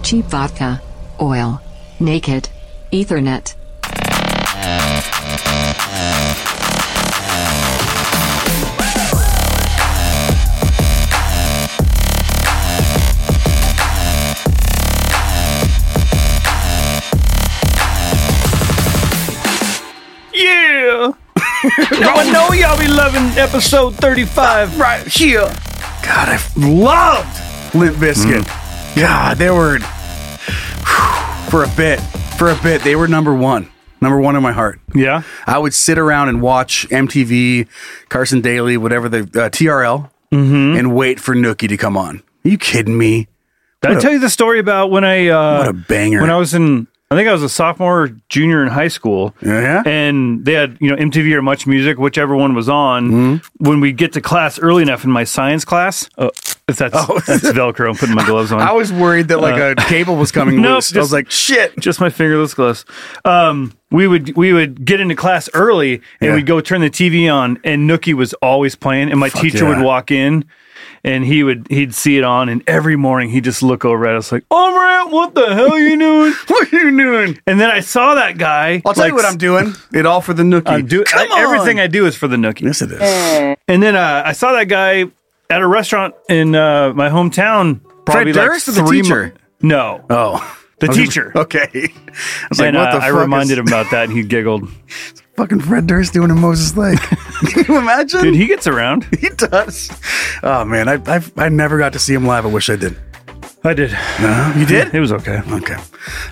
cheap vodka, oil, naked, ethernet. Yeah. now I know y'all be loving episode 35 right here. God, I f- loved Limp Biscuit. Mm. God, they were for a bit. For a bit, they were number one. Number one in my heart. Yeah. I would sit around and watch MTV, Carson Daly, whatever the uh, TRL, Mm-hmm. and wait for Nookie to come on. Are you kidding me? Did I tell you the story about when I uh, What a banger. When I was in, I think I was a sophomore, or junior in high school. Yeah? and they had you know MTV or Much Music, whichever one was on. Mm-hmm. When we get to class early enough in my science class, oh, if that's that's Velcro, I'm putting my gloves on. uh, I was worried that like a cable was coming Nope, loose. I was just- like, shit. just my fingerless gloves. Um, we would we would get into class early and Yeah. we'd go turn the TV on and Nookie was always playing and my teacher yeah. would walk in and he would he'd see it on and every morning he'd just look over at us like, Oh Morant, what the hell you doing? What are you doing? and then I saw that guy. I'll tell like, you what I'm doing. It all for the Nookie. I'm doing Come on. everything I do is for the Nookie. Yes, it is. And then uh, I saw that guy at a restaurant in uh, my hometown probably like Durst or the three teacher? mo- no. Oh, The I was- teacher. Okay. I was and like, what uh, the I fuck reminded is him about that and he giggled. fucking Fred Durst doing in Moses Lake? Can you imagine? Dude, he gets around. He does. Oh man, I I've, I never got to see him live. I wish I did. I did. Uh-huh. You did? It was okay. Okay.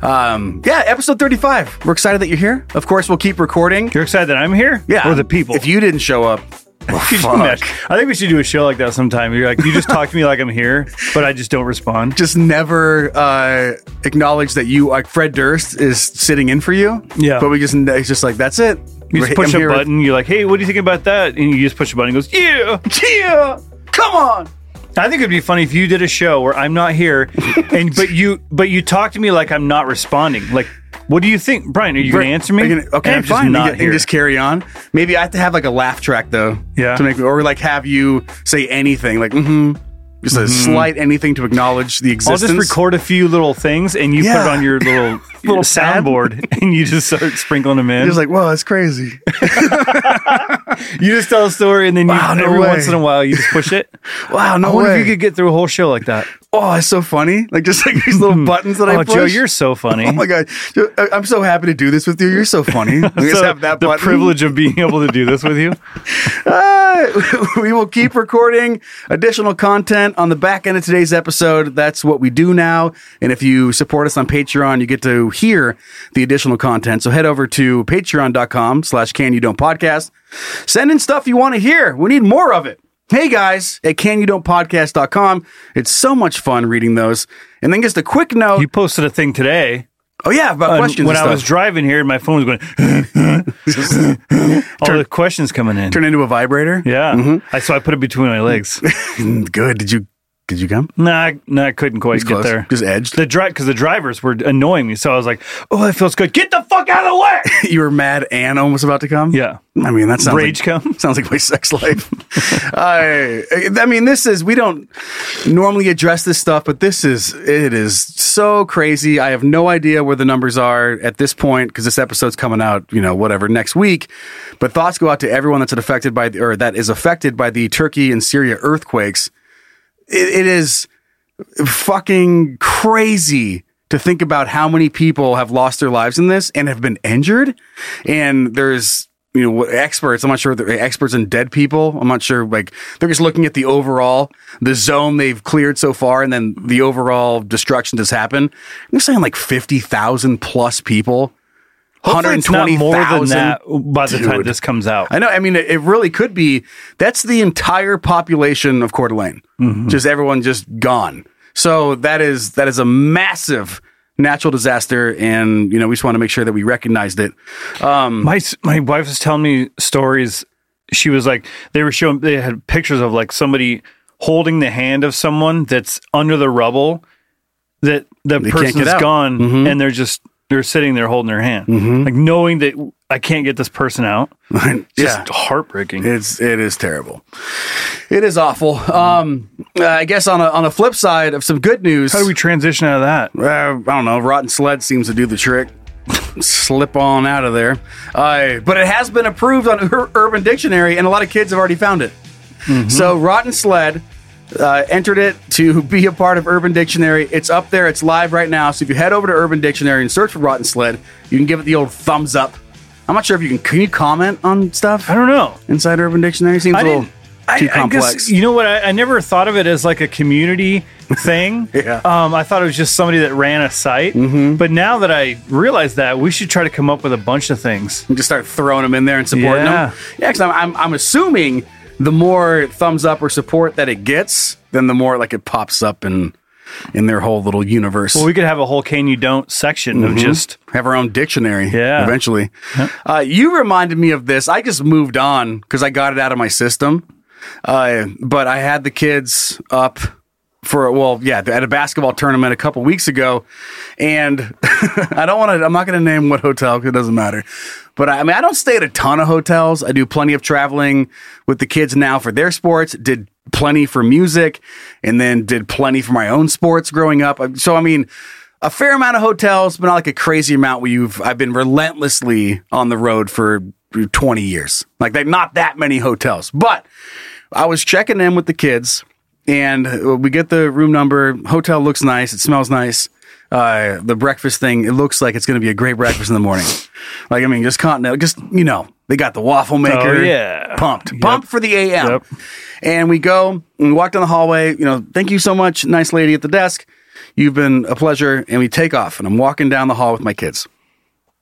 Um, yeah, episode 35. We're excited that you're here. Of course, we'll keep recording. You're excited that I'm here? Yeah. Or the people? If you didn't show up, well, Could you fuck. imagine? I think we should do a show like that sometime. You're like, you just talk to me like I'm here, but I just don't respond. Just never uh, acknowledge that you, like Fred Durst, is sitting in for you. Yeah. But we just, it's just like, that's it. You just We're- push I'm a here with- button. You're like, hey, what do you think about that? And you just push a button. It goes, yeah. Yeah. Come on. I think it'd be funny if you did a show where I'm not here, and but you but you talk to me like I'm not responding. Like, what do you think, Brian? Are you Right. gonna answer me? Are you gonna- okay, And I'm, just fine. You Not can- you here. can just carry on. Maybe I have to have like a laugh track though. Yeah. To make me, or like have you say anything like mm-hmm. Just a slight anything to acknowledge the I'll existence. just record a few little things, and you Yeah. put it on your little Little pad. soundboard, and you just start sprinkling them in. Just like, whoa, that's crazy. You just tell a story, and then you, Wow, no every way. once in a while, you just push it. Wow, I no wonder way. if you could get through a whole show like that. oh, it's so funny. Like just like these little buttons that I oh, push. Joe, you're so funny. Oh my god, Joe, I- I'm so happy to do this with you. You're so funny. We just So, have that the button. privilege of being able to do this with you. Ah, we will keep recording additional content on the back end of today's episode. That's what we do now. And if you support us on Patreon, you get to hear the additional content. So head over to patreon.com slash can you don't podcast. Send in stuff you want to hear. We need more of it. Hey guys at canyoudontpodcast.com. It's so much fun reading those. And then just a quick note. You posted a thing today. oh yeah, about on- questions. when and I was stuff. driving here, my phone was going. all the questions coming in. Turn into a vibrator. yeah, Mm, I, so I put it between my legs. Good. Did you Did you come? Nah, I, nah, I couldn't quite He's get close. there. Just edged. The drive because the drivers were annoying me, so I was like, "Oh, that feels good. Get the fuck out of the way." you were mad and almost about to come. Yeah. I mean that sounds Rage like, come? sounds like my sex life. I I mean this is we don't normally address this stuff, but this is it is so crazy. I have no idea where the numbers are at this point because this episode's coming out you know whatever next week. But thoughts go out to everyone that's affected by the, or that is affected by the Turkey and Syria earthquakes. It, it is fucking crazy to think about how many people have lost their lives in this and have been injured. And there's, you know, what- experts, I'm not sure, they're experts in dead people. I'm not sure, like, they're just looking at the overall, the zone they've cleared so far, and then the overall destruction that's happened. They're saying like 50,000 plus people. Hopefully it's not more than 120,000. that by the time Dude. this comes out. I know. I mean, it, it really could be. That's the entire population of Coeur d'Alene. Mm-hmm. Just everyone just gone. So that is that is a massive natural disaster, and you know we just want to make sure that we recognized it. my s- my wife was telling me stories. She was like, they were showing, they had pictures of like somebody holding the hand of someone that's under the rubble. That the can't person's get out. gone, and they're just they're sitting there holding their hand, like knowing that I can't get this person out. Just heartbreaking. It's it is terrible. It is awful. Um, I guess on a on a flip side of some good news, How do we transition out of that? Uh, I don't know. Rotten Sled seems to do the trick. Slip on out of there. Uh, but it has been approved on Ur- Urban Dictionary, and a lot of kids have already found it. Mm-hmm. So Rotten Sled uh, entered it to be a part of Urban Dictionary. It's up there. It's live right now. So if you head over to Urban Dictionary and search for Rotten Sled, you can give it the old thumbs up. I'm not sure if you can. Can you comment on stuff I don't know. inside Urban Dictionary? Seems a I little didn't. too I, I guess- complex. you know what? I, I never thought of it as like a community thing. Yeah. Mm-hmm. Um, I thought it was just somebody that ran a site. But now that I realize that, we should try to come up with a bunch of things. and just start throwing them in there and supporting Yeah. them. Yeah, because I'm, I'm, I'm assuming the more thumbs up or support that it gets, then the more like it pops up in in their whole little universe. Well, we could have a whole "Can you don't" section Mm-hmm. of just have our own dictionary Yeah. eventually. Uh, you reminded me of this. I just moved on because I got it out of my system. Uh, but I had the kids up for, well, yeah, at a basketball tournament a couple weeks ago. And I don't want to, I'm not going to name what hotel because it doesn't matter. But I, I mean, I don't stay at a ton of hotels. I do plenty of traveling with the kids now for their sports, did plenty for music, and then did plenty for my own sports growing up. So, I mean, a fair amount of hotels, but not like a crazy amount where you've I've been relentlessly on the road for 20 years. Like they not that many hotels. But I was checking in with the kids and we get the room number. Hotel looks nice, it smells nice. Uh, the breakfast thing, it looks like it's going to be a great breakfast in the morning. Like, I mean, just continental, just, you know, they got the waffle maker. Oh, yeah. Pumped. Pumped for the AM. Yep. And we go and we walk down the hallway. You know, thank you so much, nice lady at the desk. You've been a pleasure. And we take off. And I'm walking down the hall with my kids.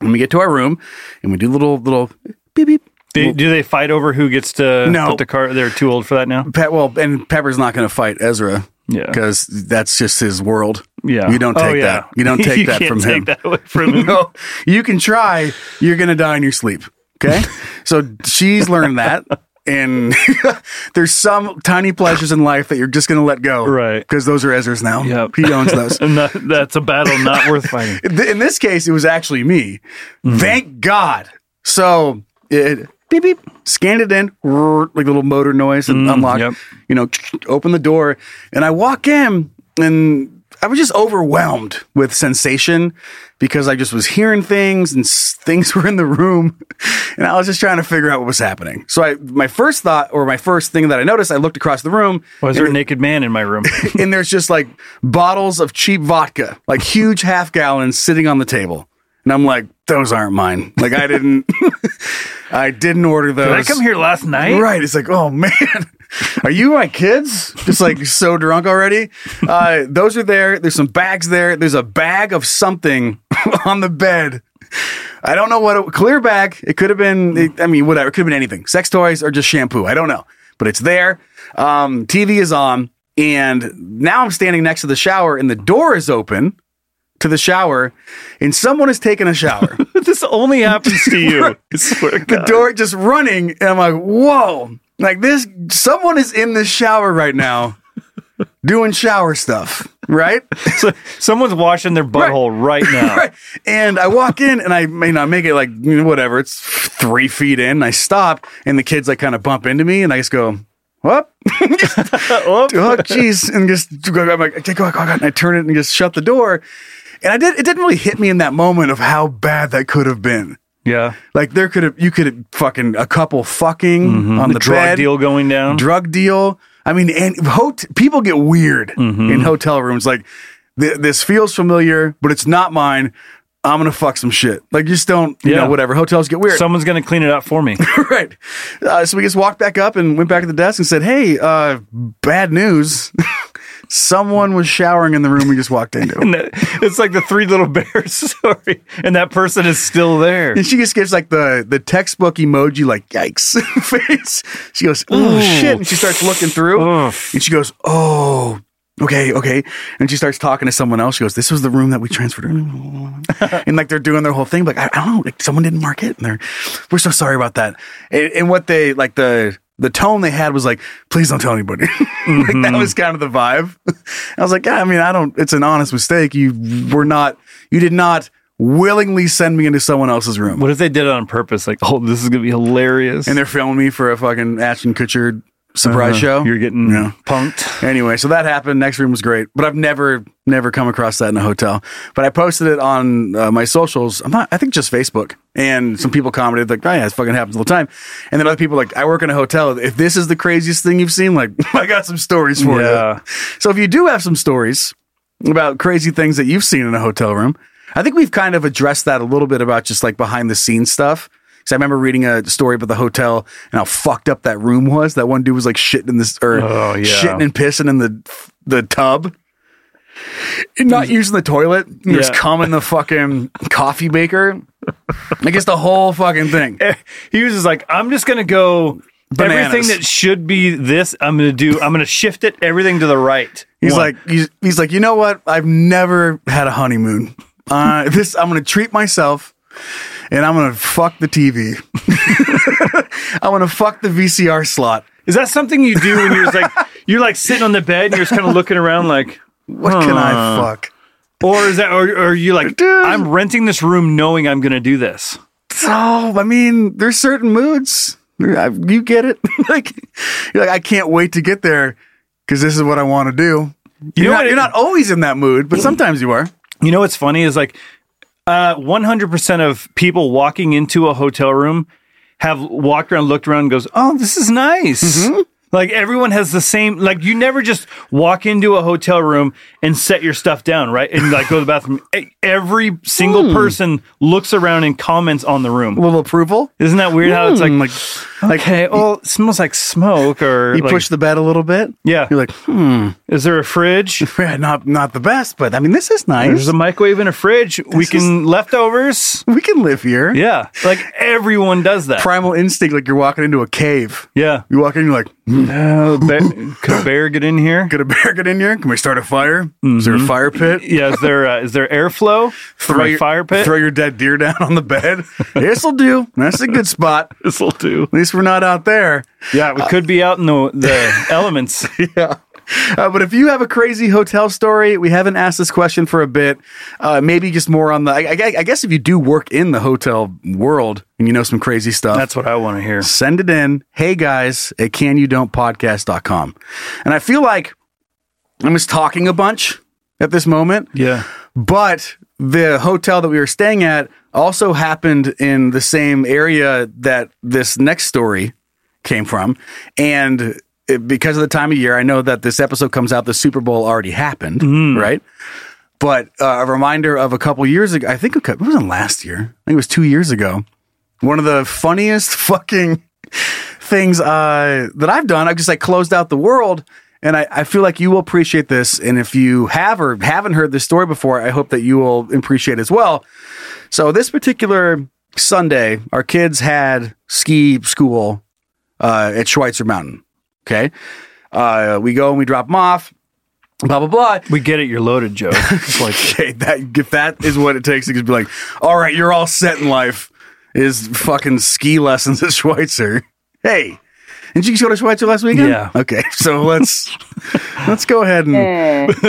And we get to our room, and we do little little beep beep. Do, do they fight over who gets to No. put the car? They're too old for that now. Pe- well, and Pepper's not going to fight Ezra. Yeah. because that's just his world. Yeah, you don't Oh, take yeah. that. You don't take that can't from take him. that away from him. no, you can try. You're gonna die in your sleep. Okay, so she's learned that, and there's some tiny pleasures in life that you're just gonna let go, Right. Because those are Ezra's now. Yep. he owns those. And that, that's a battle not worth fighting. Th- in this case, it was actually me. Mm-hmm. Thank God. So it beep beep scanned it in, rrr, like little motor noise and unlock. Mm, yep. You know, open the door, and I walk in, and I was just overwhelmed with sensation because I just was hearing things and s- things were in the room, and I was just trying to figure out what was happening. So I, my first thought or my first thing that I noticed, I looked across the room. Was and there a it- naked man in my room? and there's just like bottles of cheap vodka, like huge half gallons sitting on the table. And I'm like, those aren't mine. Like I didn't I didn't order those. Did I come here last night? Right. It's like, oh man, are you my kids? Just like so drunk already. Uh, those are there. There's some bags there. There's a bag of something on the bed. I don't know what it, clear bag. It could have been. it- I mean, whatever. It could have been anything. Sex toys or just shampoo. I don't know, but it's there. Um, TV is on, and now I'm standing next to the shower, and the door is open to the shower, and someone is taking a shower. This only happens to you. I swear to the God. door just running, and I'm like, whoa, like this, someone is in the shower right now doing shower stuff, right? So someone's washing their butthole right, now. Right. And I walk in and I may not make it like you know, whatever. It's three feet in. I stop and the kids like kind of bump into me and I just go, "What? oh, jeez!" And just go, I'm like, "Go, go, go!" And I turn it and just shut the door. And I did. It didn't really hit me in that moment of how bad that could have been. Yeah. Like there could have you could have fucking a couple fucking on the, Mm-hmm. Drug bed, deal going down. drug deal. I mean, and hot- people get weird Mm-hmm. in hotel rooms. Like th- this feels familiar, but it's not mine. I'm gonna fuck some shit. Like just don't, you Yeah. know, whatever. Hotels get weird, someone's gonna clean it up for me. right? Uh, so we just walked back up and went back to the desk and said, "Hey, uh, bad news. Someone was showering in the room we just walked into." And that- it's like the Three Little Bears story, and that person is still there. And she just gives like the the textbook emoji, like yikes face. She goes, oh shit, and she starts looking through, and she goes, oh. Okay, okay. And she starts talking to someone else. She goes, This was the room that we transferred. and like they're doing their whole thing. Like, I, I don't know, like someone didn't mark it. And they're, we're so sorry about that. And, and what they, like the, the tone they had was like, please don't tell anybody. like that was kind of the vibe. I was like, yeah, I mean, I don't, it's an honest mistake. You were not, you did not willingly send me into someone else's room. What if they did it on purpose? Like, oh, this is gonna be hilarious. And they're filming me for a fucking Ashton Kutcher surprise Uh, show. You're getting Yeah. punked. Anyway, so that happened. Next room was great, but I've never, never come across that in a hotel. But I posted it on uh, my socials. I'm not, I think just Facebook. And some people commented like, "Oh yeah, it fucking happens all the time." And then other people like, "I work in a hotel. If this is the craziest thing you've seen, like, I got some stories for Yeah. you." So if you do have some stories about crazy things that you've seen in a hotel room, I think we've kind of addressed that a little bit about just like behind the scenes stuff. Because I remember reading a story about the hotel and how fucked up that room was. That one dude was like shitting in this or Oh, yeah. shitting and pissing in the the tub. And not using the toilet. and There's Yeah. cum in the fucking coffee maker. I guess the whole fucking thing. He was just like, I'm just gonna go. Bananas. Everything that should be this, I'm gonna do. I'm gonna shift it. Everything to the right. He's One. like, he's, he's like, you know what? I've never had a honeymoon. Uh, this I'm gonna treat myself, and I'm gonna fuck the TV. I'm gonna fuck the VCR slot. Is that something you do when you're just like you're like sitting on the bed and you're just kind of looking around like What can I fuck? or is that or, or are you like Dude. I'm renting this room knowing I'm going to do this. Oh, I mean, there's certain moods. There- I- You get it? like, you're like, I can't wait to get there because this is what I want to do. You know are not, what it- Mm. you're not always in that mood, but sometimes you are. You know what's funny is like uh 100% of people walking into a hotel room have walked around looked around and goes, "Oh, this is nice." Mm-hmm. Like everyone has the same like you never just walk into a hotel room and set your stuff down, right? And like go to the bathroom. E- Every single Hmm. person looks around and comments on the room. A little approval. Isn't that weird how it's like like, like, Okay. Well, it smells like smoke, or hmm. you like- push the bed a little bit. Yeah. You're like, hmm, Is there a fridge? yeah, not not the best, but I mean, this is nice. There's a microwave and a fridge. we can leftovers. we can live here. Yeah, like everyone does that. Primal instinct, like you're walking into a cave. yeah. You walk in, you're like, hmm, Uh, bear, could a bear get in here? could a bear get in here? Can we start a fire? Is Mm-hmm. there a fire pit? Yeah. Is there uh, is there airflow from a fire pit? Throw your dead deer down on the bed. This'll do. That's a good spot. At This will do. least we're not out there. Yeah, we could be out in the the elements. yeah. Uh, but if you have a crazy hotel story, we haven't asked this question for a bit. Uh, maybe just more on the. I, I- I guess if you do work in the hotel world and you know some crazy stuff, That's what I want to hear. send it in. Hey guys at canyoudon'tpodcast.com. And I feel like I'm just talking a bunch at this moment, Yeah. but the hotel that we were staying at also happened in the same area that this next story came from. And it, because of the time of year, I know that this episode comes out, the Super Bowl already happened, right? But uh, a reminder of a couple years ago, I think a couple, it wasn't last year, I think it was two years ago. One of the funniest fucking things uh, that I've done. I've just like closed out the world. And I, I feel like you will appreciate this. And if you have or haven't heard this story before, I hope that you will appreciate as well. So this particular Sunday, our kids had ski school uh, at Schweitzer Mountain. Okay. Uh, we go and we drop them off, blah, blah, blah. We get it. You're loaded, Joe. It's like Okay, that if that is what it takes to just be like, all right, you're all set in life. Is fucking ski lessons at Schweitzer? Hey, Did you go to Schweitzer last weekend? Yeah. Okay, so let's let's go ahead and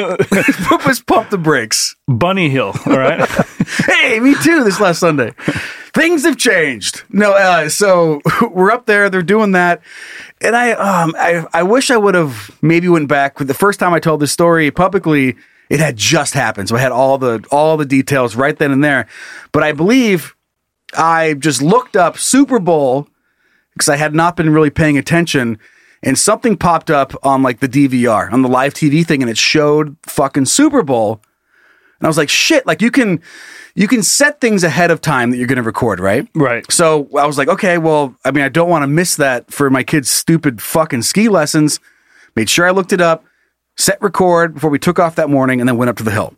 let's pump the brakes. Bunny Hill. All right. Hey, me too. This last Sunday, things have changed. No, uh, so we're up there. They're doing that, and I um I I wish I would have maybe went back the first time I told this story publicly. It had just happened, so I had all the all the details right then and there. But I believe I just looked up Super Bowl because I had not been really paying attention. And something popped up on like the DVR, on the live TV thing, and it showed fucking Super Bowl. And I was like, shit, like you can you can set things ahead of time that you're gonna record, right? Right. So I was like, okay, well, I mean, I don't want to miss that for my kids' stupid fucking ski lessons. Made sure I looked it up, set record before we took off that morning, and then went up to the hill.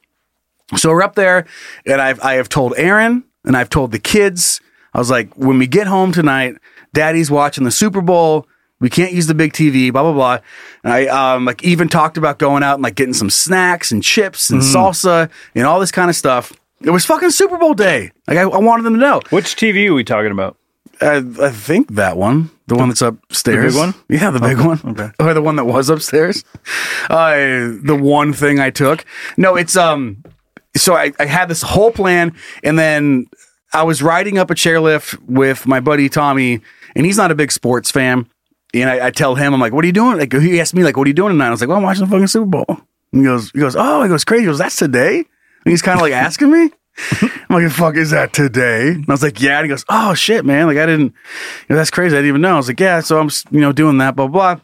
So we're up there, and I've I have told Aaron and I've told the kids. I was like, when we get home tonight, Daddy's watching the Super Bowl. We can't use the big TV. Blah blah blah. And I um, like even talked about going out and like getting some snacks and chips and salsa and all this kind of stuff. It was fucking Super Bowl day. Like I, I wanted them to know. Which TV are we talking about? I, I think that one, the one that's upstairs, one? yeah, the big one, or the one that was upstairs, uh, the one thing I took. No, it's um. So I, I had this whole plan, and then I was riding up a chairlift with my buddy Tommy, and he's not a big sports fan. And I, I tell him, I'm like, "What are you doing?" Like he asked me, "Like what are you doing tonight?" I was like, "Well, I'm watching the fucking Super Bowl." And he goes, "He goes, oh," he goes, "Crazy." He goes, "That's today." And he's kind of like asking me. I'm like, the fuck is that today? And I was like, yeah. And he goes, oh shit, man. Like, I didn't, you know, that's crazy. I didn't even know. I was like, yeah. So I'm, s- you know, doing that, blah, blah.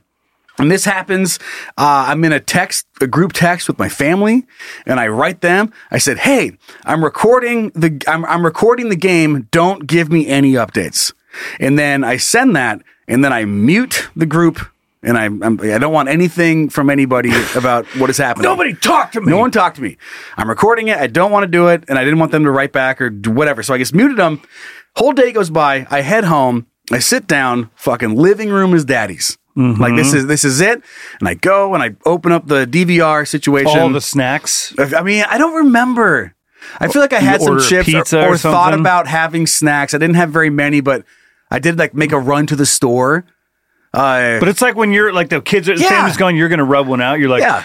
And this happens. Uh, I'm in a text, a group text with my family, and I write them. I said, "Hey, I'm recording the, I'm, I'm recording the game. Don't give me any updates." And then I send that, and then I mute the group, and I, I'm, I don't want anything from anybody about what is happening. Nobody talk to me. No one talked to me. I'm recording it. I don't want to do it, and I didn't want them to write back or do whatever. So I just muted them. Whole day goes by. I head home. I sit down. Fucking living room is daddy's. Mm-hmm. Like this is this is it. And I go and I open up the DVR situation. All the snacks. I mean, I don't remember. I feel like I had some order a chips or- pizza or, or thought something? about having snacks. I didn't have very many, but I did like make a run to the store. Uh, But it's like when you're like the kids are, Yeah. Sammy's gone, you're going to rub one out. You're like, yeah.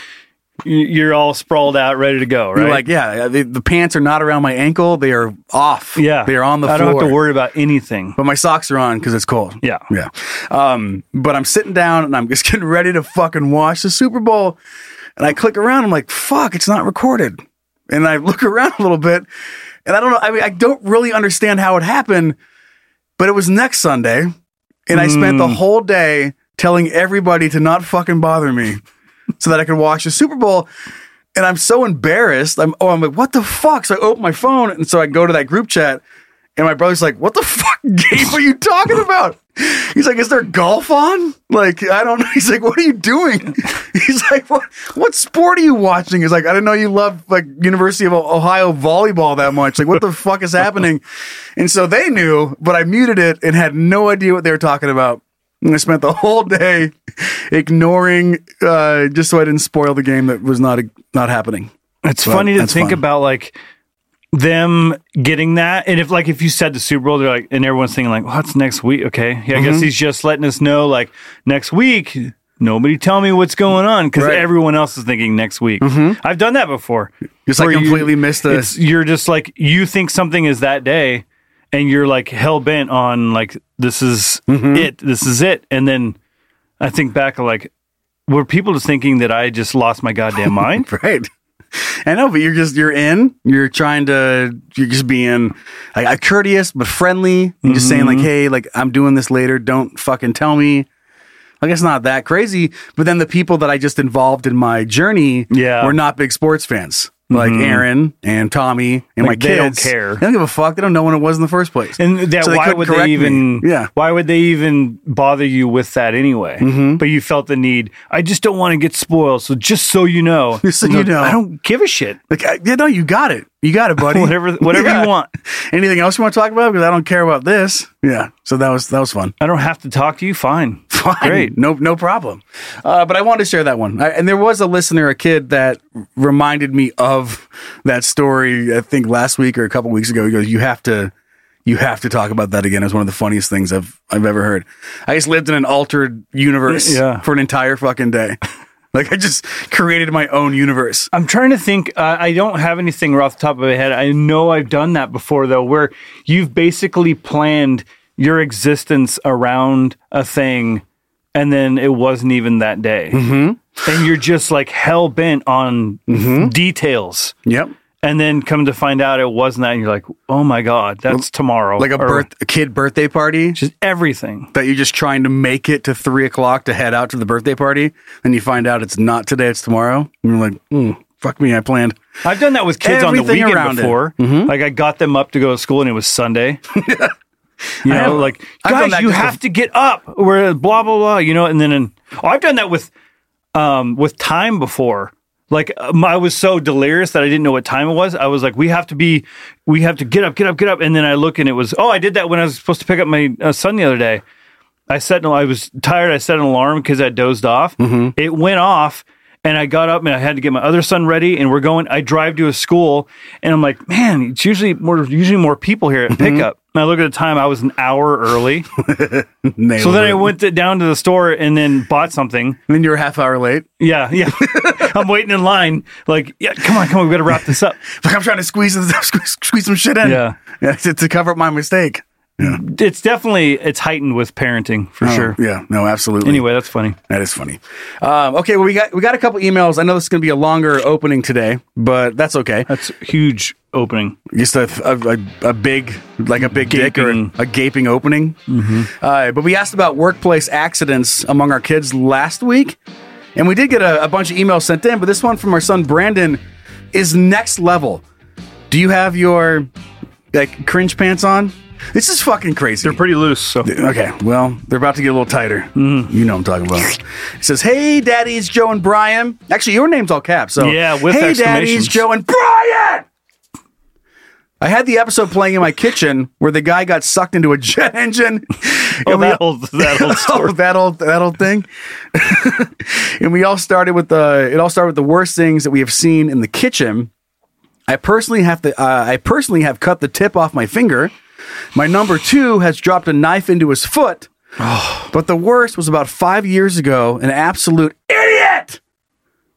y- you're all sprawled out, ready to go, right? You're like, yeah, the, the pants are not around my ankle. They are off. yeah. They are on the I floor. don't have to worry about anything. But my socks are on because it's cold. Yeah. Yeah. Um, but I'm sitting down and I'm just getting ready to fucking watch the Super Bowl. And I click around. I'm like, fuck, it's not recorded. And I look around a little bit and I don't know. I mean, I don't really understand how it happened, but it was next Sunday. And I spent the whole day telling everybody to not fucking bother me so that I could watch the Super Bowl. And I'm so embarrassed. I'm oh, I'm like, what the fuck? So I open my phone and so I go to that group chat, and my brother's like, what the fuck game are you talking about? He's like, is there golf on? Like, I don't know. He's like, what are you doing? He's like, what what sport are you watching? He's like, I didn't know you loved like University of Ohio volleyball that much. Like, what the fuck is happening? And so they knew, but I muted it and had no idea what they were talking about. And I spent the whole day ignoring, uh, just so I didn't spoil the game that was not not happening. It's Well, funny to that's think fun. about like them getting that, and if like if you said the Super Bowl, they're like, and everyone's thinking like, "What's next week?" Okay, yeah, I Mm-hmm. guess he's just letting us know like next week. Nobody tell me what's going on because Right. Mm-hmm. everyone else is thinking next week. I've done that before. Just, like, Where completely missed the- it's- You're just like you think something is that day, and you're like hell bent on like this is Mm-hmm. it, this is it, and then I think back like were people just thinking that I just lost my goddamn mind? Right. I know, but you're just you're in. You're trying to you're just being like uh, courteous but friendly. And just saying Mm-hmm. like, hey, like I'm doing this later. Don't fucking tell me. Like it's not that crazy. But then the people that I just involved in my journey Yeah. Mm-hmm. were not big sports fans. Like Aaron and Tommy and Like, my they don't kids. care. They don't give a fuck. They don't know when it was in the first place. And that So they why couldn't would correct they me. even Yeah. why would they even bother you with that anyway? Mm-hmm. But you felt the need. I just don't want to get spoiled, so just so you know. Just so you know. I don't give a shit. Like, I, yeah, no, you got it. You got it, buddy. Whatever whatever Yeah. you want. Anything else you want to talk about? Because I don't care about this. Yeah. So that was that was fun. I don't have to talk to you. Fine. Fine. Great. No no problem. Uh, but I wanted to share that one. I, and there was a listener, a kid that reminded me of that story. I think last week or a couple weeks ago. He goes, "You have to." you have to talk about that again. It was one of the funniest things I've I've ever heard. I just lived in an altered universe Yeah. for an entire fucking day. like I just created my own universe. I'm trying to think. Uh, I don't have anything right off the top of my head. I know I've done that before, though, where you've basically planned your existence around a thing, and then it wasn't even that day, mm-hmm. and you're just like hell bent on Mm-hmm. details, Yep. and then come to find out it wasn't that, and you're like, oh my god, that's tomorrow, Like a or birth a kid birthday party. just everything. that you're just trying to make it to three o'clock to head out to the birthday party, and you find out it's not today, it's tomorrow. And you're like, mm, fuck me, I planned. I've done that with kids on the Everything weekend around it. Mm-hmm. before. Like I got them up to go to school and it was Sunday. you know, like I've done guys, that you just have bef- to get up. We're blah blah blah. You know, and then and, oh, I've done that with um with time before. Like um, I was so delirious that I didn't know what time it was. I was like, we have to be, we have to get up, get up, get up. And then I look and it was, oh, I did that when I was supposed to pick up my uh, son the other day. I set an, I was tired. I set an alarm because I dozed off. Mm-hmm. It went off, and I got up and I had to get my other son ready. And we're going. I drive to a school, and I'm like, man, it's usually more usually more people here Mm-hmm. at pickup. And I look at the time. I was an hour early. Nailed so then it. I went to, down to the store and then bought something. And then you're a half hour late. Yeah, yeah. I'm waiting in line. Like, yeah, come on, come on. We got to wrap this up. Like I'm trying to squeeze this, squeeze, squeeze some shit in. Yeah. to, to cover up my mistake. It's definitely it's heightened with parenting for Oh, sure. Yeah. No. Absolutely. Anyway, that's funny. That is funny. Um, okay. Well, we got we got a couple emails. I know this is going to be a longer opening today, but that's okay. That's huge opening. just a, a, a, a big like a big dick or Gaping. Mm-hmm. a, gaping opening uh, but we asked about workplace accidents among our kids last week and we did get a, a bunch of emails sent in but this one from our son brandon is next level do you have your like cringe pants on this is fucking crazy They're pretty loose. So Okay, well, they're about to get a little tighter. Mm-hmm. You know what I'm talking about. It says, "Hey, daddies, Joe and Brian." Actually, your name's all caps. So Yeah, with hey, daddies, exclamations. Joe and Brian. I had the episode playing in my kitchen where the guy got sucked into a jet engine. Oh, And we- that old, that old story. Oh, that old that old thing. and we all started with the it all started with the worst things that we have seen in the kitchen. I personally have to uh, I personally have cut the tip off my finger. My number two has dropped a knife into his foot. But the worst was about five years ago. An absolute idiot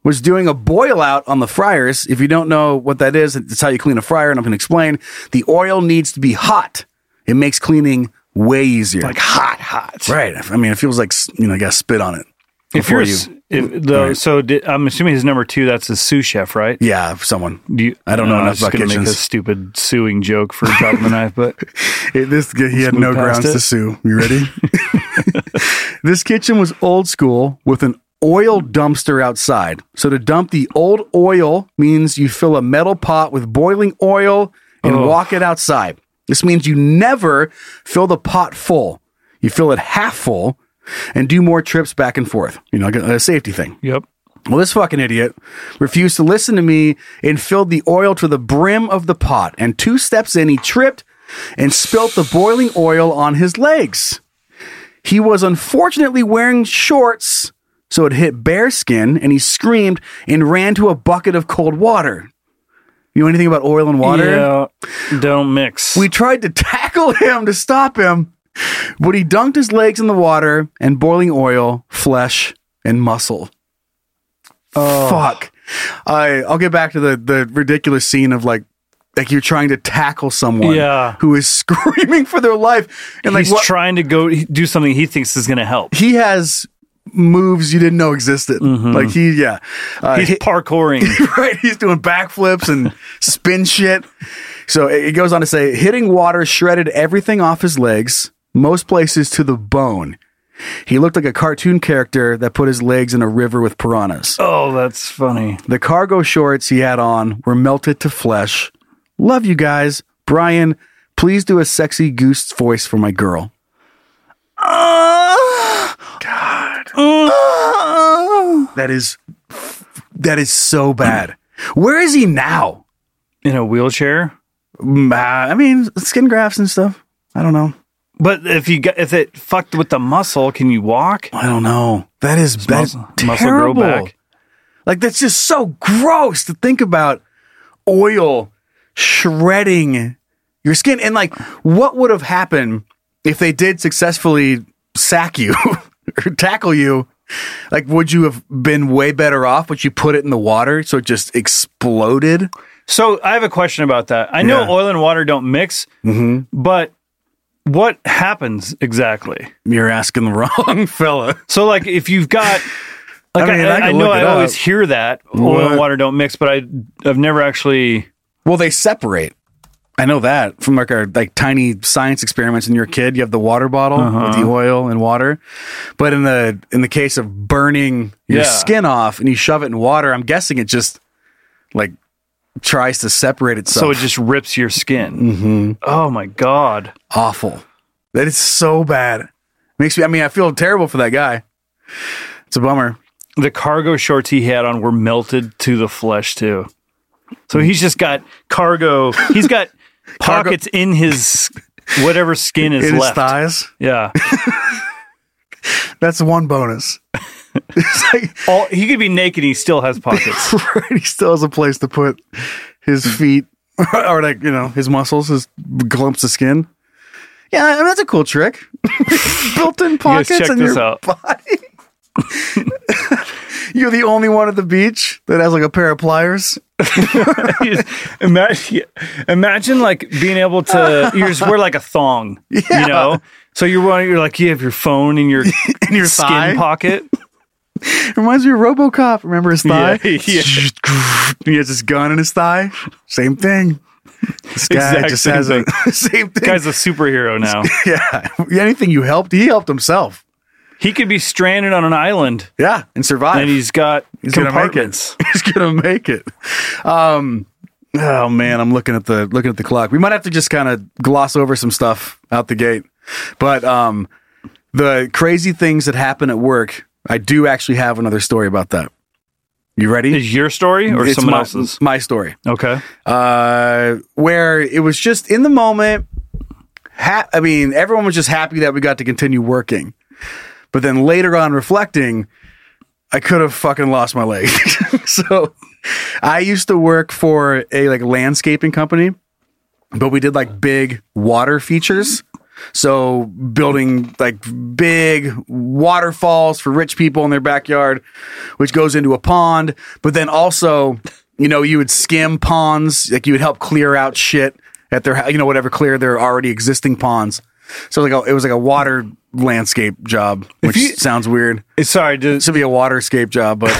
was doing a boil out on the fryers. If you don't know what that is, it's how you clean a fryer, and I'm going to explain. The oil needs to be hot. It makes cleaning way easier. like hot, hot. Right. I mean, it feels like you know, I got spit on it. If you're, Before s- if the, so di- I'm assuming his number two. That's his sous chef, right? Yeah, someone. Do you, I don't know I'm enough just about gonna make a kitchens. stupid suing joke for dropping the knife, but It- this he had move no past grounds it. to sue. You ready? this kitchen was old school with an oil dumpster outside. So to dump the old oil means you fill a metal pot with boiling oil and walk it outside. This means you never fill the pot full. You fill it half full and do more trips back and forth. You know, like a- a safety thing. yep. Well, this fucking idiot refused to listen to me and filled the oil to the brim of the pot. And two steps in, he tripped and spilt the boiling oil on his legs. He was unfortunately wearing shorts, so it hit bare skin, and he screamed and ran to a bucket of cold water. You know anything about oil and water? Yeah, don't mix. We tried to tackle him to stop him, but he dunked his legs in the water and boiling oil, flesh, and muscle. Fuck. I I'll get back to the the ridiculous scene of like like you're trying to tackle someone Yeah. who is screaming for their life and like He's what, trying to go do something he thinks is going to help. he has moves you didn't know existed. Mm-hmm. Like he yeah. Uh, He's he- parkouring. right? He's doing backflips and spin shit. So it it goes on to say hitting water shredded everything off his legs, most places to the bone. He looked like a cartoon character that put his legs in a river with piranhas. oh, that's funny. The cargo shorts he had on were melted to flesh. Love you guys. Brian, please do a sexy goose voice for my girl. God. That is that is so bad. Where is he now? In a wheelchair. Mm, uh, I mean, skin grafts and stuff. I don't know. But if you got, if it fucked with the muscle, can you walk? I don't know. That is bad. muscle- muscle grow back. Like that's just so gross to think about oil shredding your skin. And like, what would have happened if they did successfully sack you or tackle you? Like, would you have been way better off? But you put it in the water, so it just exploded. So I have a question about that. I know Yeah. Mm-hmm. oil and water don't mix, but what happens exactly? You're asking the wrong fella. So like if you've got like I, mean, I I, can know look I it up. always hear that oil What? and water don't mix, but I I've never actually Well, they separate. I know that from like our like tiny science experiments when you're a kid. You have the water bottle with Uh-huh. the oil and water, but in the in the case of burning your Yeah. skin off and you shove it in water, I'm guessing it just like tries to separate itself. so it just rips your skin. Mm-hmm. Oh my god. awful. That is so bad. Makes me. I mean, I feel terrible for that guy. It's a bummer. The cargo shorts he had on were melted to the flesh too. So he's just got cargo. He's got Cargo- pockets in his whatever skin is In his left. thighs. Yeah. That's one bonus. it's like All, he could be naked. He still has pockets. right, he still has a place to put his feet or like you know his muscles, his clumps of skin. Yeah, I mean, that's a cool trick. Built-in guys pockets check in this your out. body. You're the only one at the beach that has like a pair of pliers. imagine, imagine like being able to you just wear like a thong, you know. So you're wearing, you're like you have your phone in your in your skin thigh. pocket. Reminds me of RoboCop. Remember his thigh? Yeah, yeah. he has his gun in his thigh. Same thing. This guy Exact just same has a thing. same thing. Guy's a superhero now. yeah, anything you helped, he helped himself. He could be stranded on an island, Yeah, and survived. and he's got He's gonna make compartments. it. He's gonna make it. Um, oh man, I'm looking at the looking at the clock. We might have to just kind of gloss over some stuff out the gate, but um, the crazy things that happen at work. I do actually have another story about that. You ready? Is your story or It's someone my- else's? My story Okay. uh, where it was just in the moment. Ha- I mean, everyone was just happy that we got to continue working. But then later on, reflecting, I could have fucking lost my leg. so I used to work for a like landscaping company, but we did like big water features. So building like big waterfalls for rich people in their backyard, which goes into a pond. But then also, you know, you would skim ponds, like you would help clear out shit at their, hou- you know, whatever clear their already existing ponds. So like a, it was like a water landscape job, which you- sounds weird. Sorry, This would be a waterscape job, but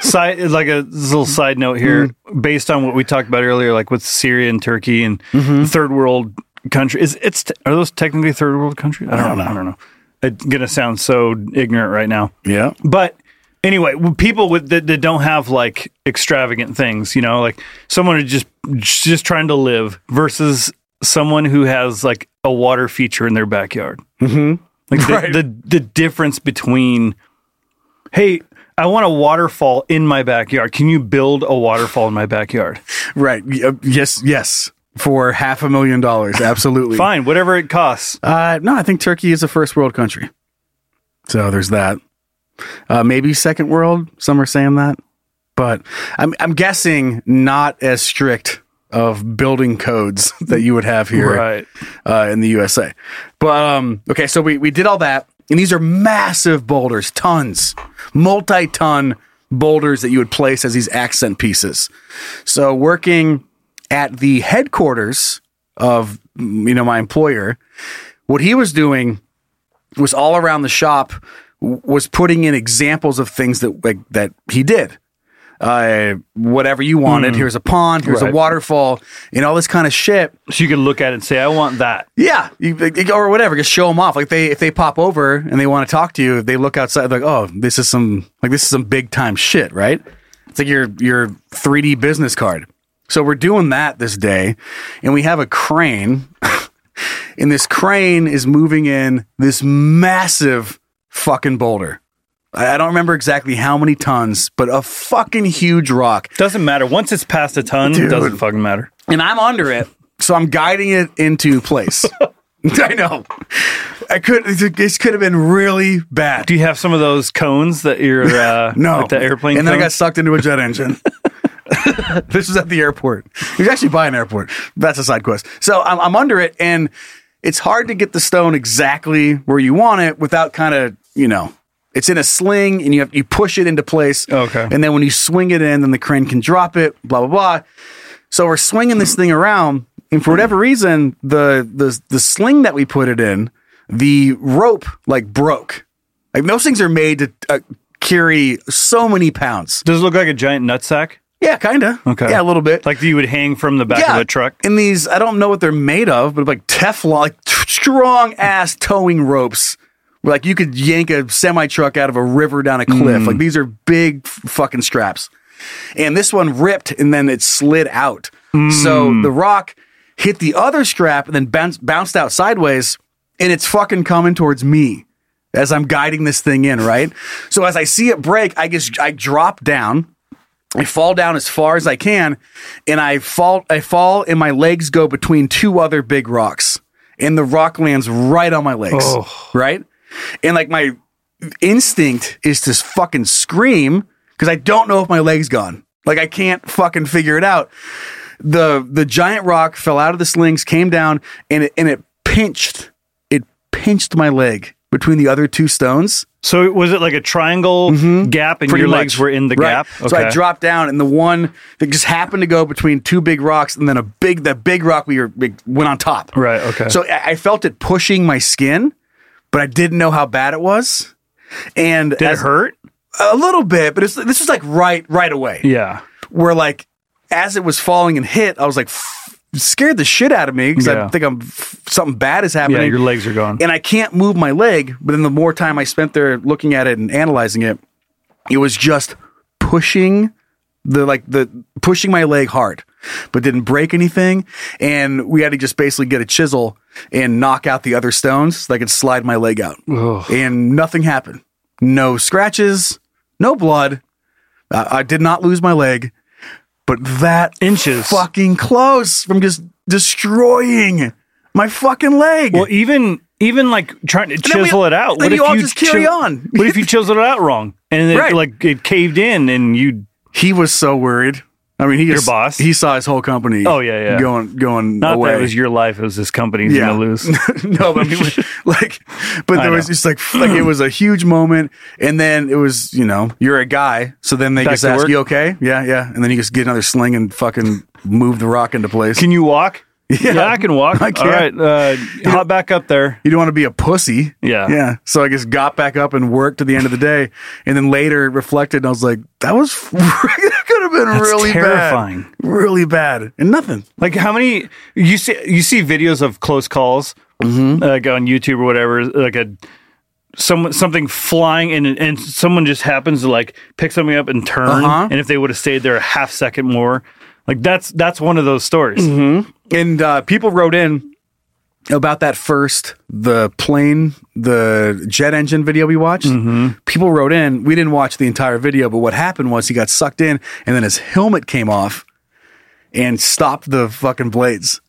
side like a little side note here based on what we talked about earlier like with syria and turkey and third world country is it's te- are those technically third world countries i don't, know. i don't know it's gonna sound so ignorant right now yeah, but anyway w- people with that, that don't have like extravagant things you know like someone who's just just trying to live versus someone who has like a water feature in their backyard mm-hmm. like the, the the difference between hey i want a waterfall in my backyard can you build a waterfall in my backyard right. Y- uh, Yes, yes, for half a million dollars, absolutely. fine whatever it costs Uh, no, I think Turkey is a first world country. So there's that. Uh, maybe second world. Some are saying that, but I'm I'm guessing not as strict of building codes that you would have here Right. uh, in the USA. But um, okay, so we we did all that, and these are massive boulders, tons, multi-ton boulders that you would place as these accent pieces. So working at the headquarters of you know my employer, what he was doing was all around the shop w- was putting in examples of things that like that he did. Uh, whatever you wanted. Here's a pond. Here's a Right. waterfall, and all this kind of shit. so you can look at it and say i want that Yeah, you, or whatever. Just show them off. Like they, if they pop over and they want to talk to you, they look outside. They're like, oh, this is some like this is some big time shit, right? It's like your your 3D business card. So we're doing that this day, and we have a crane, and this crane is moving in this massive fucking boulder. I I don't remember exactly how many tons, but a fucking huge rock. doesn't matter once it's past a ton it doesn't fucking matter and I'm under it, so I'm guiding it into place. I know. I could. This could have been really bad. Do you have some of those cones that you're uh, no, like the airplane? And then I got cones? sucked into a jet engine. this was at the airport. He was actually by an airport. That's a side quest. So I'm, I'm under it, and it's hard to get the stone exactly where you want it without kind of you know. It's in a sling, and you have you push it into place. Okay. and then when you swing it in, then the crane can drop it. Blah blah blah. So we're swinging this thing around, and for whatever reason, the the the sling that we put it in, the rope like broke. Like those things are made to uh, carry so many pounds. Does it look like a giant nutsack? Yeah, kind of. Okay. Yeah, a little bit. Like you would hang from the back yeah, of a truck? In these, I don't know what they're made of, but like Teflon, like t- strong ass towing ropes. Where, Like you could yank a semi truck out of a river down a cliff. Mm. Like these are big f- fucking straps. And this one ripped and then it slid out. Mm. So the rock hit the other strap and then bounced, bounced out sideways and it's fucking coming towards me as I'm guiding this thing in, right? So as I see it break, I just I drop down I fall down as far as I can, and I fall. I fall, and my legs go between two other big rocks, and the rock lands right on my legs, right. And like my instinct is to fucking scream because I don't know if my leg's gone. Like I can't fucking figure it out. the The giant rock fell out of the slings, came down, and it and it pinched. It pinched my leg between the other two stones. So was it like a triangle gap and Mm-hmm. Pretty your much. legs were in the Right. gap? So I dropped down, and the one that just happened to go between two big rocks, and then a big that big rock we were big, went on top. Right, okay. So I, I felt it pushing my skin, but I didn't know how bad it was. And Did it as- hurt? a little bit, but it's, this was like right right away Yeah. where like as it was falling and hit, I was like f- scared the shit out of me because I Yeah. think I'm f- something bad is happening. Yeah, your legs are gone. and I can't move my leg. But then the more time I spent there looking at it and analyzing it, it was just pushing the like the pushing my leg hard, but didn't break anything. And we had to just basically get a chisel and knock out the other stones so I could slide my leg out. And nothing happened. No scratches, no blood. I, I did not lose my leg, but that Inches. fucking close from just destroying my fucking leg. Well, even even like trying to then we- chisel it out. then you all just carry chis- on. what if you chiseled it out wrong and it, Right. like it caved in and you he was so worried. I mean, he your boss? He saw his whole company. Oh, yeah, yeah. going going not away. that it was your life, it was this company's Yeah. gonna lose. no, but I mean, like, but I there was know. just like, like it was a huge moment, and then it was you know you're a guy, so then they Back just to ask work? you okay, yeah, yeah, and then you just get another sling and fucking move the rock into place. Can you walk? Yeah, I can walk. I All can. right, uh, hop back up there. you don't want to be a pussy. Yeah. Yeah. So I just got back up and worked to the end of the day. And then later reflected and I was like, that was, that could have been really terrifying. bad. Really bad. And nothing. Like how many you see you see videos of close calls Mm-hmm. like on YouTube or whatever like a some something flying and and someone just happens to like pick something up and turn Uh-huh. and if they would have stayed there a half second more like that's that's one of those stories And uh, people wrote in about that first, the plane, the jet engine video we watched. Mm-hmm. People wrote in. We didn't watch the entire video, but what happened was he got sucked in and then his helmet came off and stopped the fucking blades.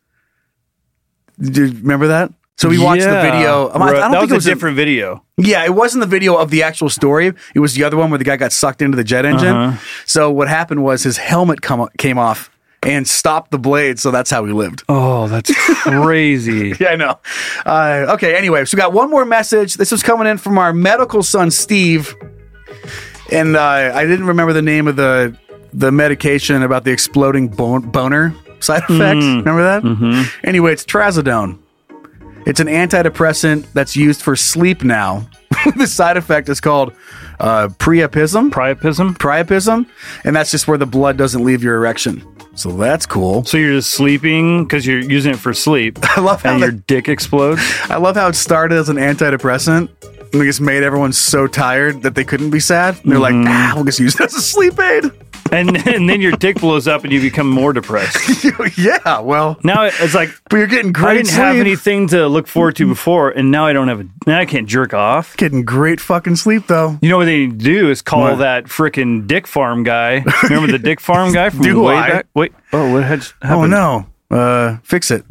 Do you remember that? So we watched the Yeah. video. I, I Right. that don't think was it was a in- different video Yeah, it wasn't the video of the actual story. It was the other one where the guy got sucked into the jet Uh-huh. engine. So what happened was his helmet come, came off and stopped the blade. So that's how he lived. oh that's crazy Yeah, I know. Uh, okay, anyway, so we got one more message. This was coming in from our medical son, Steve. And uh, I didn't remember the name of the the medication about the exploding bon- boner side effect. Remember that? Mm-hmm. Anyway, it's trazodone. It's an antidepressant that's used for sleep now. the side effect is called uh, priapism. priapism Priapism, and that's just where the blood doesn't leave your erection. So that's cool. so you're just sleeping because you're using it for sleep I love how and the- your dick explodes I love how it started as an antidepressant. And it just made everyone so tired that they couldn't be sad. And they're Mm-hmm. like, ah, we'll just use it as a sleep aid. and and then your dick blows up and you become more depressed yeah, well, now it's like but you're getting great I didn't sleep. have anything to look forward to before, and now I don't have. A, now I can't jerk off. Getting great fucking sleep, though. You know what they need to do is call What? that frickin' Dick Farm guy. Remember the Dick Farm guy from Do way I? back? Wait, oh, what had Oh, happened? no. Uh, fix it.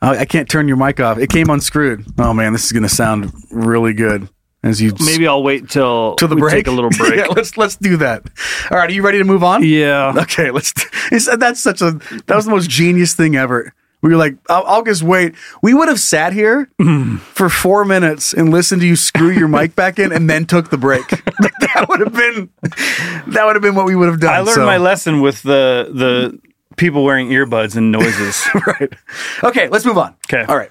I, I can't turn your mic off. It came unscrewed. Oh, man, this is going to sound really good. as you Maybe I'll wait till to the we break. Take a little break. yeah, yeah. let's let's do that. All right, are you ready to move on? Okay, let's. It's, that's such a. That was the most genius thing ever. We were like, I'll, I'll just wait. We would have sat here for four minutes and listened to you screw your mic back in, and then took the break. that would have been. That would have been what we would have done. I learned so. my lesson with the the people wearing earbuds and noises. right. Okay, let's move on. 'Kay. All right.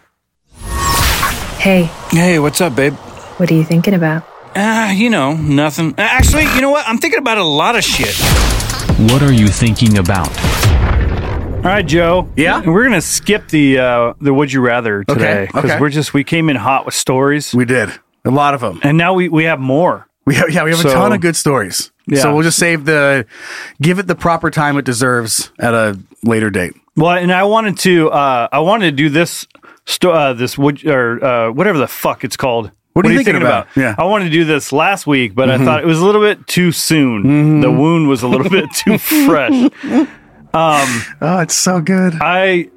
Hey, Hey, what's up, babe? what are you thinking about? Ah, you know, nothing. Uh, Actually, you know what? I'm thinking about a lot of shit. What are you thinking about? All right, Joe. Yeah? we're gonna skip the uh, the Would You Rather today because okay. we're just we came in hot with stories, We did a lot of them. and now we we have more. We have, yeah, we have a So- ton of good stories. Yeah. So we'll just save the, give it the proper time it deserves at a later date. Well, and I wanted to uh, I wanted to do this sto- uh, this would or uh, whatever the fuck it's called. What are you thinking about? Yeah. Mm-hmm. I wanted to do this last week, but I thought it was a little bit too soon. The wound was a little bit too fresh. Oh, it's so good. I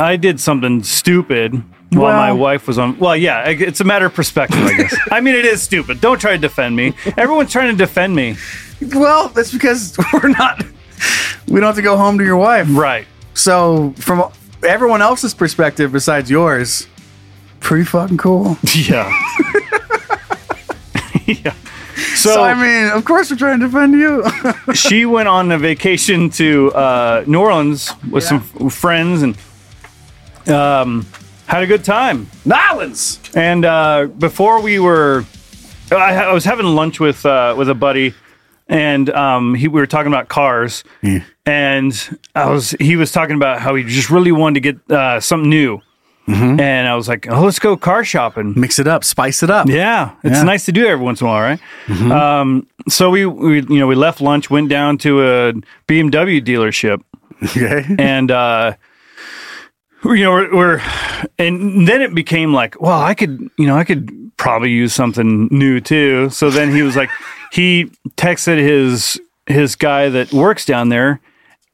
I did something stupid while Well- my wife was on. Well, yeah, I- it's a matter of perspective, I guess. I mean, it is stupid. Don't try to defend me. Everyone's trying to defend me, Well, that's because we're not. We don't have to go home to your wife. right? So, from everyone else's perspective besides yours, pretty fucking cool. Yeah. yeah. So, So, I mean, of course, we're trying to defend you. she went on a vacation to uh, New Orleans with some f- friends and um, had a good time. Nolans. And uh, before we were, I, I was having lunch with uh, with a buddy, and um, he, we were talking about cars, and I was he was talking about how he just really wanted to get uh, something new, and I was like, oh, let's go car shopping. Mix it up, spice it up. Yeah, it's Yeah. nice to do every once in a while, right? Um, so we, we, you know, we left lunch, went down to a BMW dealership, Okay. and uh, you know, we're, we're, and then it became like, well, I could, you know, I could probably use something new too. So then he was like, he texted his his guy that works down there,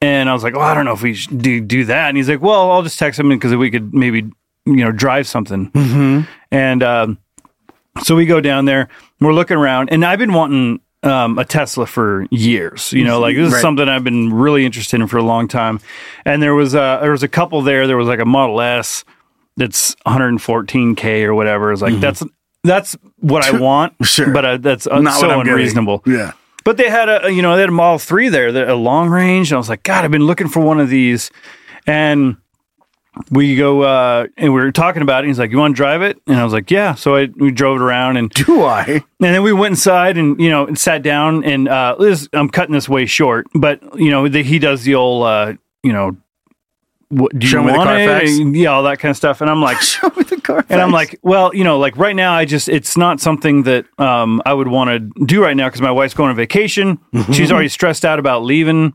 and I was like, well, I don't know if we should do do that, and he's like, well, I'll just text him because we could maybe, you know, drive something, mm-hmm. and. Um, so we go down there, we're looking around, and I've been wanting um, a Tesla for years. You know, like this is Right. something I've been really interested in for a long time. And there was a, there was a couple there. There was like a Model S that's 114k or whatever. It's like that's that's what I want, Mm-hmm. Sure. but uh, that's uh, Not what so I'm getting. unreasonable. Yeah. But they had a you know they had a Model Three there, that- a long range. And I was like, God, I've been looking for one of these, and we go uh, and we were talking about it. And he's like, You want to drive it? And I was like, Yeah. So I we drove it around and Do I? and then we went inside and you know and sat down and uh, this, I'm cutting this way short, but you know the, he does the old uh, you know. What, do Show you me the want it? Carfax. Yeah, all that kind of stuff. And I'm like, With the car. and I'm like, well, you know, like right now, I just it's not something that um, I would want to do right now because my wife's going on vacation. She's already stressed out about leaving.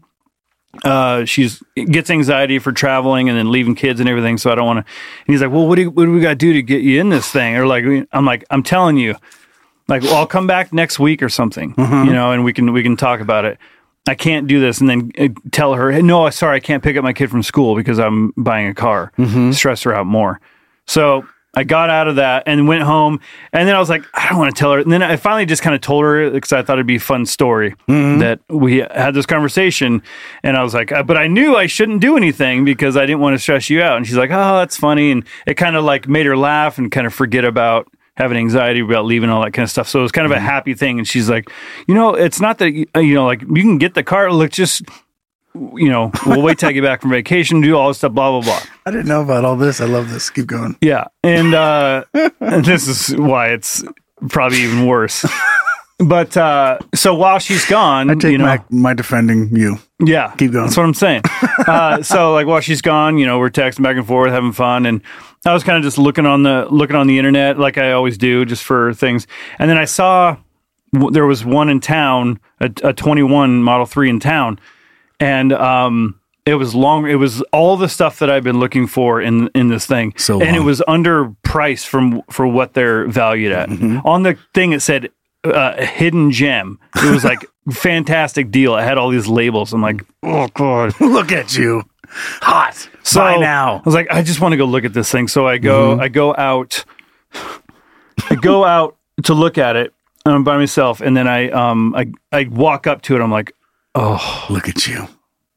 Uh, she's gets anxiety for traveling and then leaving kids and everything. So I don't want to. And he's like, well, what do you, what do we got to do to get you in this thing? Or like, I'm like, I'm telling you, like, well, I'll come back next week or something, you know, and we can we can talk about it. I can't do this, and then uh, tell her, "Hey, no, sorry, I can't pick up my kid from school because I'm buying a car. Stress her out more. So I got out of that and went home. And then I was like, I don't want to tell her. And then I finally just kind of told her because I thought it'd be a fun story that we had this conversation. And I was like, uh, but I knew I shouldn't do anything because I didn't want to stress you out. And she's like, oh, that's funny. And it kind of like made her laugh and kind of forget about having anxiety about leaving all that kind of stuff. So it was kind Mm-hmm. of a happy thing. And she's like, you know, it's not that, you you know, like you can get the car. Look, just, you know, we'll wait till I get back from vacation, do all this stuff, blah, blah, blah. I didn't know about all this. I love this. Keep going. Yeah, and uh, and this is why it's probably even worse. But uh, so while she's gone, I take Mm, you know, my, my defending you. yeah, Keep going. That's what I'm saying. uh, so like while she's gone, you know, we're texting back and forth, having fun, and I was kind of just looking on the looking on the internet, like I always do, just for things. And then I saw w- there was one in town, a, a 21 Model 3 in town, and um, it was long. It was all the stuff that I've been looking for in in this thing, So and it long. was underpriced from for what they're valued at. Mm-hmm. On the thing, it said uh, hidden gem. It was like fantastic deal. It had all these labels. I'm like, oh god. Look at you. Hot. So Buy I now. Mm-hmm. was like, I just want to go look at this thing. So I go, I go out, I go out to look at it. and I'm by myself, and then I um I I walk up to it. I'm like, Look at you.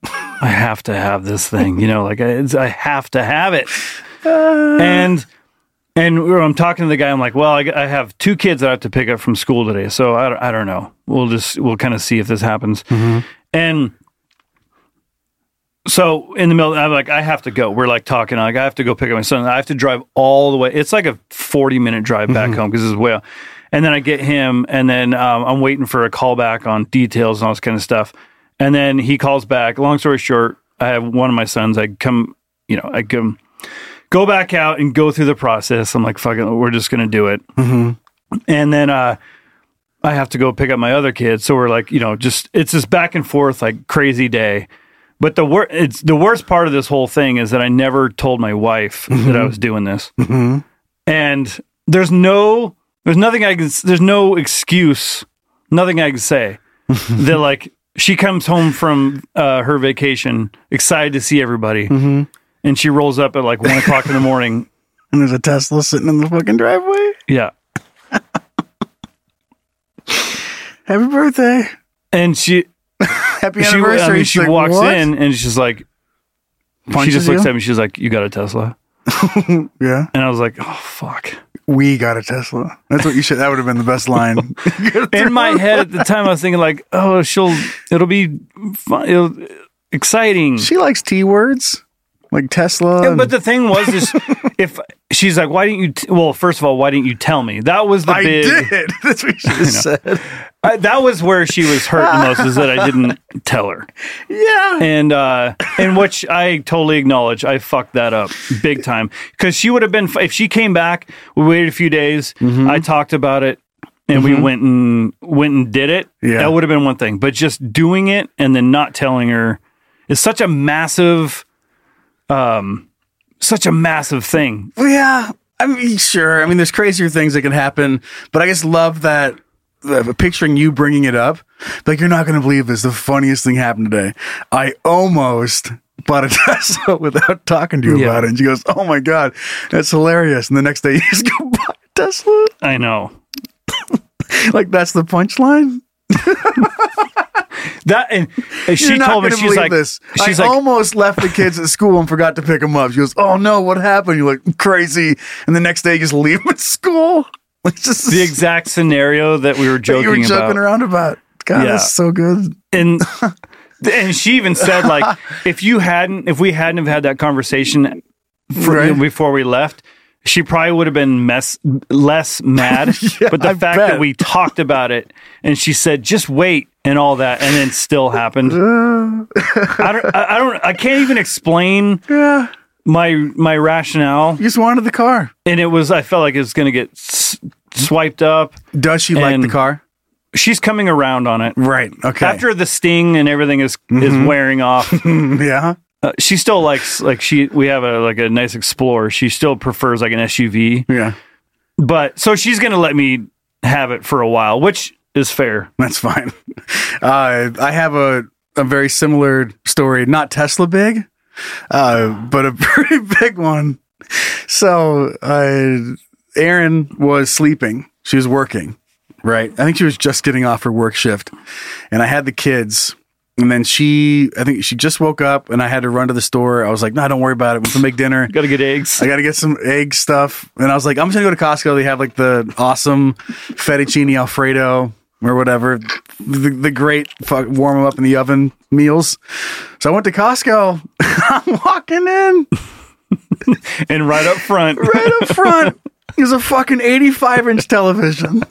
I have to have this thing, you know, like I, it's, I have to have it. Uh. and and we were- I'm talking to the guy. I'm like, well, I, I have two kids that I have to pick up from school today, so I, don't- I don't know. We'll just we'll kind of see if this happens. Mm-hmm. And so in the middle, I'm like, I have to go. We're like talking. Like I have to go pick up my son. I have to drive all the way. It's like a 40 minute drive back home because it's way. Out. And then I get him, and then um, I'm waiting for a call back on details and all this kind of stuff. And then he calls back. Long story short, I have one of my sons. I come, you know, I come go back out and go through the process. I'm like, fucking, we're just gonna do it. And then uh, I have to go pick up my other kid. So we're like, you know, just it's this back and forth like crazy day. But the wor- it's the worst part of this whole thing is that I never told my wife Mm-hmm. that I was doing this. And there's no, there's nothing I can, there's no excuse, nothing I can say that like she comes home from uh, her vacation excited to see everybody, Mm-hmm. and she rolls up at like one o'clock in the morning And there's a Tesla sitting in the fucking driveway. Yeah. Happy birthday. And she Happy she anniversary. I mean, She's she like, walks "What?" in and she's like she Punches just looks you? at me she's like you got a Tesla. Yeah. And I was like, "Oh fuck." We got a Tesla. That's what you should. That would have been the best line. In my head at the time I was thinking like, "Oh, she'll it'll be fun, it'll, exciting." she likes T words like Tesla. Yeah, but the thing was is if she's like, "Why didn't you t-? well, first of all, why didn't you tell me?" That was the I big did. That's what you should have said. I, that was where she was hurt the most is that I didn't tell her. Yeah. and uh and which I totally acknowledge I fucked that up big time because she would have been if she came back we waited a few days Mm-hmm. I talked about it and we went and went and did it Yeah. that would have been one thing but just doing it and then not telling her is such a massive um such a massive thing Well, yeah. I mean, sure. I mean, there's crazier things that can happen, but I just love that the, picturing you bringing it up. Like, you're not going to believe this. The funniest thing happened today. I almost bought a Tesla without talking to you Yeah. about it. And she goes, Oh my God, that's hilarious. And the next day, you just go buy a Tesla. I know Like, that's the punchline. that and and she You're not told me gonna she's believe like this. she's I like almost left the kids at school and forgot to pick them up. She goes, "Oh no, what happened?" You're like crazy, and the next day you just leave them at school. It's just the exact scenario that we were that joking you were joking about around about. God, Yeah. that's so good. and and she even said like if you hadn't if we hadn't have had that conversation for, Right. before we left she probably would have been mess, less mad but the I fact bet. that we talked about it and she said just wait and all that and then still happened I, don't, I, I don't i can't even explain Yeah, my my rationale you just wanted the car. and it was i felt like it was going to get s- swiped up Does she like And- the car? she's coming around on it Right. Okay. after the sting and everything is is wearing off yeah. Uh, she still likes like she we have a like a nice explorer she still prefers like an suv Yeah. but so she's gonna let me have it for a while which is fair That's fine. Uh, I have a, a very similar story, not Tesla big, uh, but a pretty big one. So, uh, Erin was sleeping. She was working, right? I think she was just getting off her work shift. And I had the kids. And then she, I think she just woke up and I had to run to the store. I was like, no, don't worry about it. We can make dinner. gotta get eggs I got to get some egg stuff. And I was like, I'm just going to go to Costco. They have like the awesome fettuccine Alfredo or whatever, the, the great fuck, warm 'em up in the oven meals. So I went to Costco. I'm walking in and right up front right up front is a fucking 85 inch television.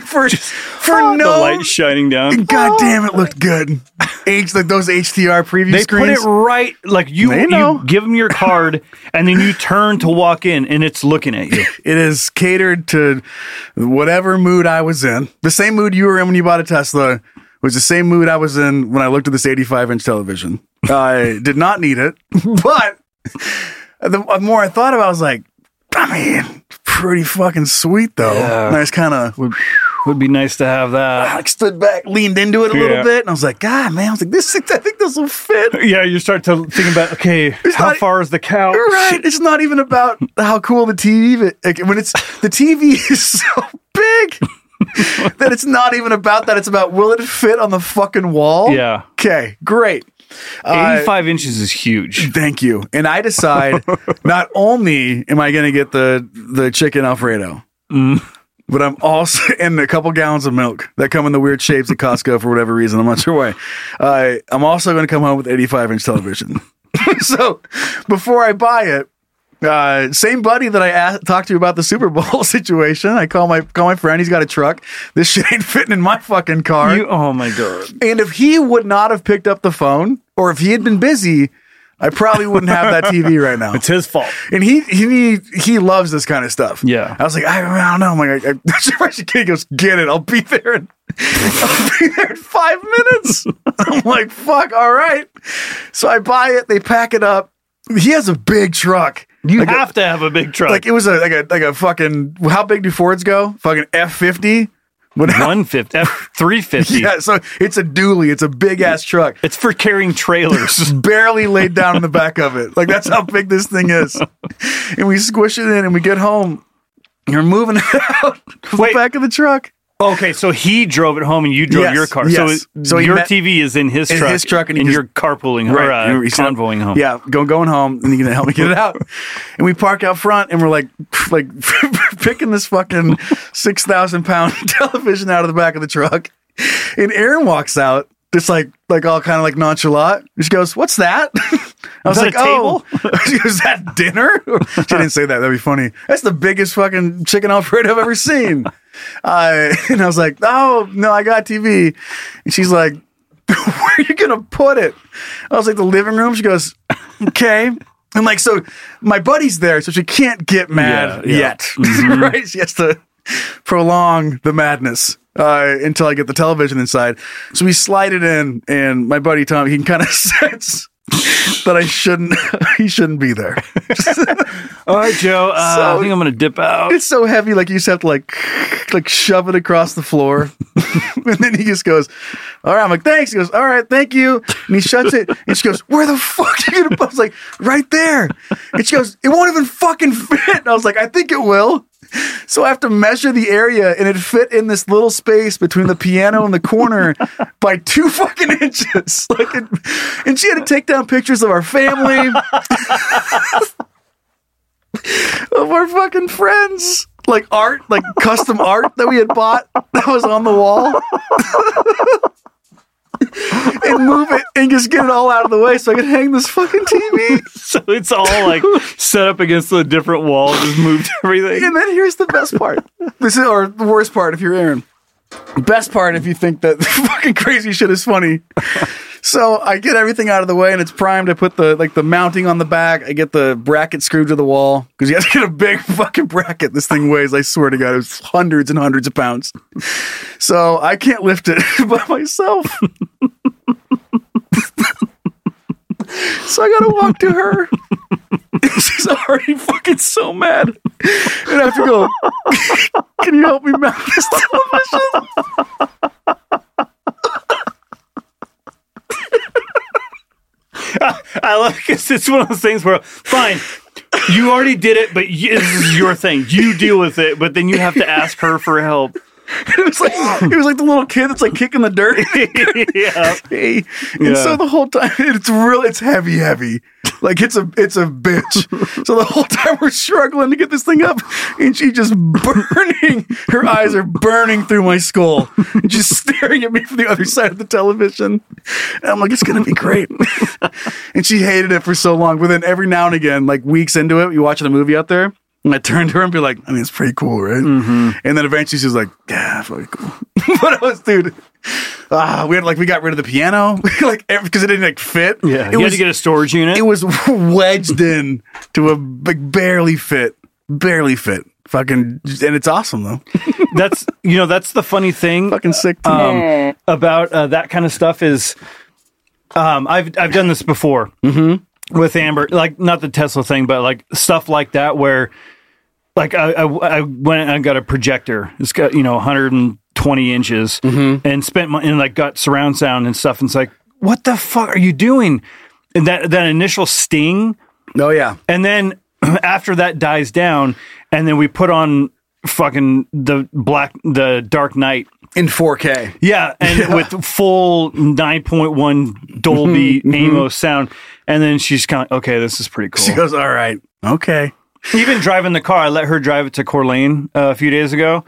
for for the no. light shining down God damn, it looked good. H, like those HDR preview they put screens. it right like you, They know. you give them your card and then you turn to walk in and it's looking at you It is catered to whatever mood I was in. The same mood you were in when you bought a Tesla was the same mood I was in when I looked at this 85 inch television. I did not need it, but the more I thought about it, I was like, I mean, pretty fucking sweet though. And I just kind of would be nice to have that like stood back, leaned into it a Yeah. little bit, and I was like, God, man, I was like, this, I think this will fit. yeah you start to think about okay how not- far is the couch Right. It's not even about how cool the TV is. Like, when it's the TV is so big that it's not even about that. It's about will it fit on the fucking wall? Yeah. Okay, great. Uh, 85 inches is huge. Thank you. And I decide not only am I going to get the the chicken alfredo, Mm. but I'm also and a couple gallons of milk that come in the weird shapes at Costco for whatever reason. I'm not sure why. Uh, I'm also going to come home with 85 inch television. so before I buy it. Uh, same buddy that I asked, talked to about the Super Bowl situation. I call my call my friend. He's got a truck. This shit ain't fitting in my fucking car. You, oh my god. And if he would not have picked up the phone, or if he had been busy, I probably wouldn't have that TV right now. It's his fault. And he he he loves this kind of stuff. Yeah. I was like, I, I don't know. I'm like, I, I'm not sure if I should get. it. He goes, get it. I'll be there. In, I'll be there in five minutes. I'm like, fuck. All right. So I buy it. They pack it up. He has a big truck. You Like a- have to have a big truck. like it was a like a like a fucking how big do Fords go? Fucking F fifty. 150 F- 350. Yeah, so it's a dually. It's a big ass truck. It's for carrying trailers. barely laid down in the back of it. Like that's how big this thing is. And we squish it in and we get home. You're moving it out of Wait. the back of the truck. okay, so he drove it home and you drove Yes, your car. yes. So, it- So he your met- TV is in his in truck. his truck and he and just- you're carpooling or uh, And he said- convoying home. Yeah, go, going home and you're gonna help me get it out. and we park out front and we're like like picking this fucking six thousand pound television out of the back of the truck. And Aaron walks out, just like like all kind of like nonchalant. She goes, What's that? I was that like, a table? oh, she goes, is that dinner? she didn't say that. That'd be funny. That's the biggest fucking chicken Alfredo I've ever seen. Uh, and I was like, oh, no, I got TV. And she's like, where are you going to put it? I was like, the living room. She goes, okay. And like, so my buddy's there, so she can't get mad Yeah, Mm-hmm. yeah. yet. right? She has to prolong the madness uh, until I get the television inside. So we slide it in, and my buddy Tom, he can kind of sense that I shouldn't, he shouldn't be there. All right, Joe. Uh, So- I think I'm going to dip out. It's so heavy, like you just have to like, like shove it across the floor, and then he just goes, "All right." I'm like, "Thanks." He goes, "All right, thank you," and he shuts it, and she goes, "Where the fuck are you gonna?" put-" I was like, "Right there," and she goes, "It won't even fucking fit." And I was like, "I think it will." So I have to measure the area, and it fit in this little space between the piano and the corner by two fucking inches. Like, it, and she had to take down pictures of our family, of our fucking friends. Like art, like custom art that we had bought that was on the wall. and move it and just get it all out of the way so I could hang this fucking TV. so it's all like set up against a different wall, just moved everything. And then here's the best part. This is or the worst part if you're Aaron. Best part if you think that fucking crazy shit is funny. So I get everything out of the way and it's primed. I put the like the mounting on the back. I get the bracket screwed to the wall because you have to get a big fucking bracket. This thing weighs, I swear to God, it was hundreds and hundreds of pounds. So I can't lift it by myself. so I gotta walk to her. She's already fucking so mad. And I have to go, can you help me mount this television? I love because it's one of those things where, fine, you already did it, but you, this is your thing. You deal with it, but then you have to ask her for help. It was like it was like the little kid that's like kicking the dirt. yeah. Hey. Yeah. And so the whole time it's real it's heavy, heavy. Like it's a it's a bitch. So the whole time we're struggling to get this thing up, and she just burning. Her eyes are burning through my skull, and she's staring at me from the other side of the television. And I'm like, it's gonna be great. and she hated it for so long. But then every now and again, like weeks into it, you watching a movie out there. And I turned to her and be like, I mean, it's pretty cool, right? Mm-hmm. And then eventually she was like, yeah, fucking cool. but I was, dude, ah, we had like, we got rid of the piano, like, because it didn't like fit. Yeah. It you had was, to get a storage unit. it was wedged in to a like, barely fit, barely fit. Fucking, and it's awesome though. that's, you know, that's the funny thing. Fucking sick. too. um, about uh, that kind of stuff is um, I've I've done this before with Amber, like not the Tesla thing, but like stuff like that where like I, I, I went and I got a projector. It's got you know 120 inches and spent my and like got surround sound and stuff. And it's like, what the fuck are you doing? And that that initial sting oh yeah. and then after that dies down, and then we put on fucking the black the Dark Knight. in 4K. Yeah, and with full 9.1 Dolby Mm-hmm, Amos sound, and then she's kind of okay. This is pretty cool. She goes, all right, okay. Even driving the car, I let her drive it to Coeur d'Alene uh, a few days ago,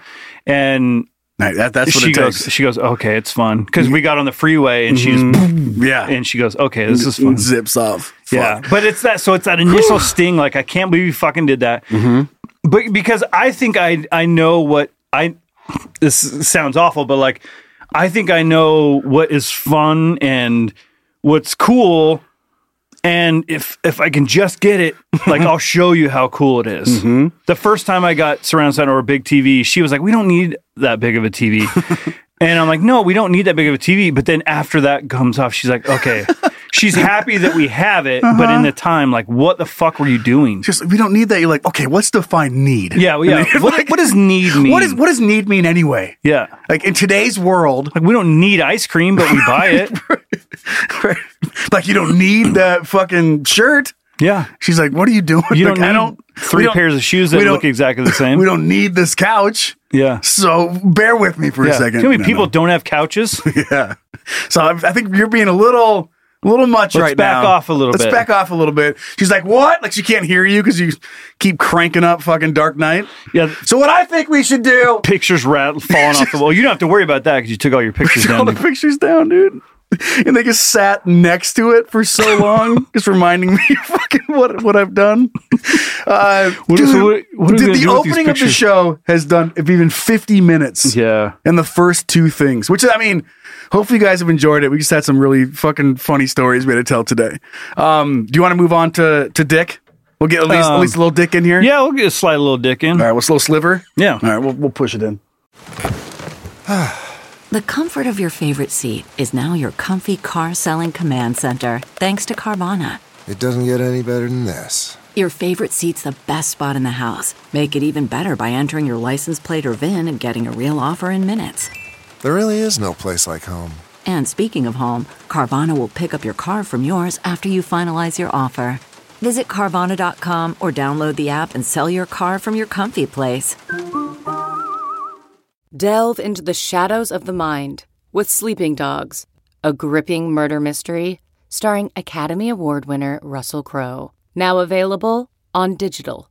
and Right, that, that's what she it goes, takes. she goes, okay, it's fun because we got on the freeway and Mm-hmm. she's yeah, and she goes, okay, this is fun. zips off. Yeah, Fuck. but it's that. So it's that initial sting. Like I can't believe you fucking did that. Mm-hmm. But because I think I I know what I. This sounds awful, but like I think I know what is fun and what's cool. And if if I can just get it, like I'll show you how cool it is. Mm-hmm. The first time I got surround sound or a big TV, she was like, "We don't need that big of a TV," and I'm like, "No, we don't need that big of a TV." But then after that comes off, she's like, "Okay." She's happy that we have it, but Uh-huh. in the time, like, what the fuck were you doing? Just we don't need that. You're like, okay, what's defined need? Yeah, well, yeah. And What, like, what does need mean? what is what does need mean anyway? Yeah, Like in today's world, like we don't need ice cream, but we buy it. like you don't need that fucking shirt. yeah, She's like, what are you doing? you Like, don't need I three we don't- pairs of shoes that we don't- look exactly the same. We don't need this couch. Yeah. So bear with me for a Yeah. second. You know how many No, people no. don't have couches? Yeah. So I, I think you're being a little, a little much Let's right now. back off a little Let's bit. back off a little bit. She's like, what? Like she can't hear you because you keep cranking up fucking Dark Knight. yeah, So what I think we should do. pictures rat falling off the wall. You don't have to worry about that because you took all your pictures all the down. pictures down, dude. And they just sat next to it for so long, just reminding me fucking what what I've done. Uh, What is- dude, what- what are we dude, gonna the do with these opening of the pictures? show has done even fifty minutes. Yeah. and the first two things, which I mean, hopefully you guys have enjoyed it. We just had some really fucking funny stories we had to tell today. Um, do you want to move on to to Dick? We'll get at least at Um, least a little Dick in here. Yeah, we'll get a slight little dick in. All right, what's a little sliver? Yeah. All right, we'll we'll push it in. The comfort of your favorite seat is now your comfy car selling command center, thanks to Carvana. It doesn't get any better than this. Your favorite seat's the best spot in the house. Make it even better by entering your license plate or VIN and getting a real offer in minutes. There really is no place like home. And speaking of home, Carvana will pick up your car from yours after you finalize your offer. Visit Carvana.com or download the app and sell your car from your comfy place. Delve into the shadows of the mind with Sleeping Dogs, a gripping murder mystery starring Academy Award winner Russell Crowe. Now available on digital.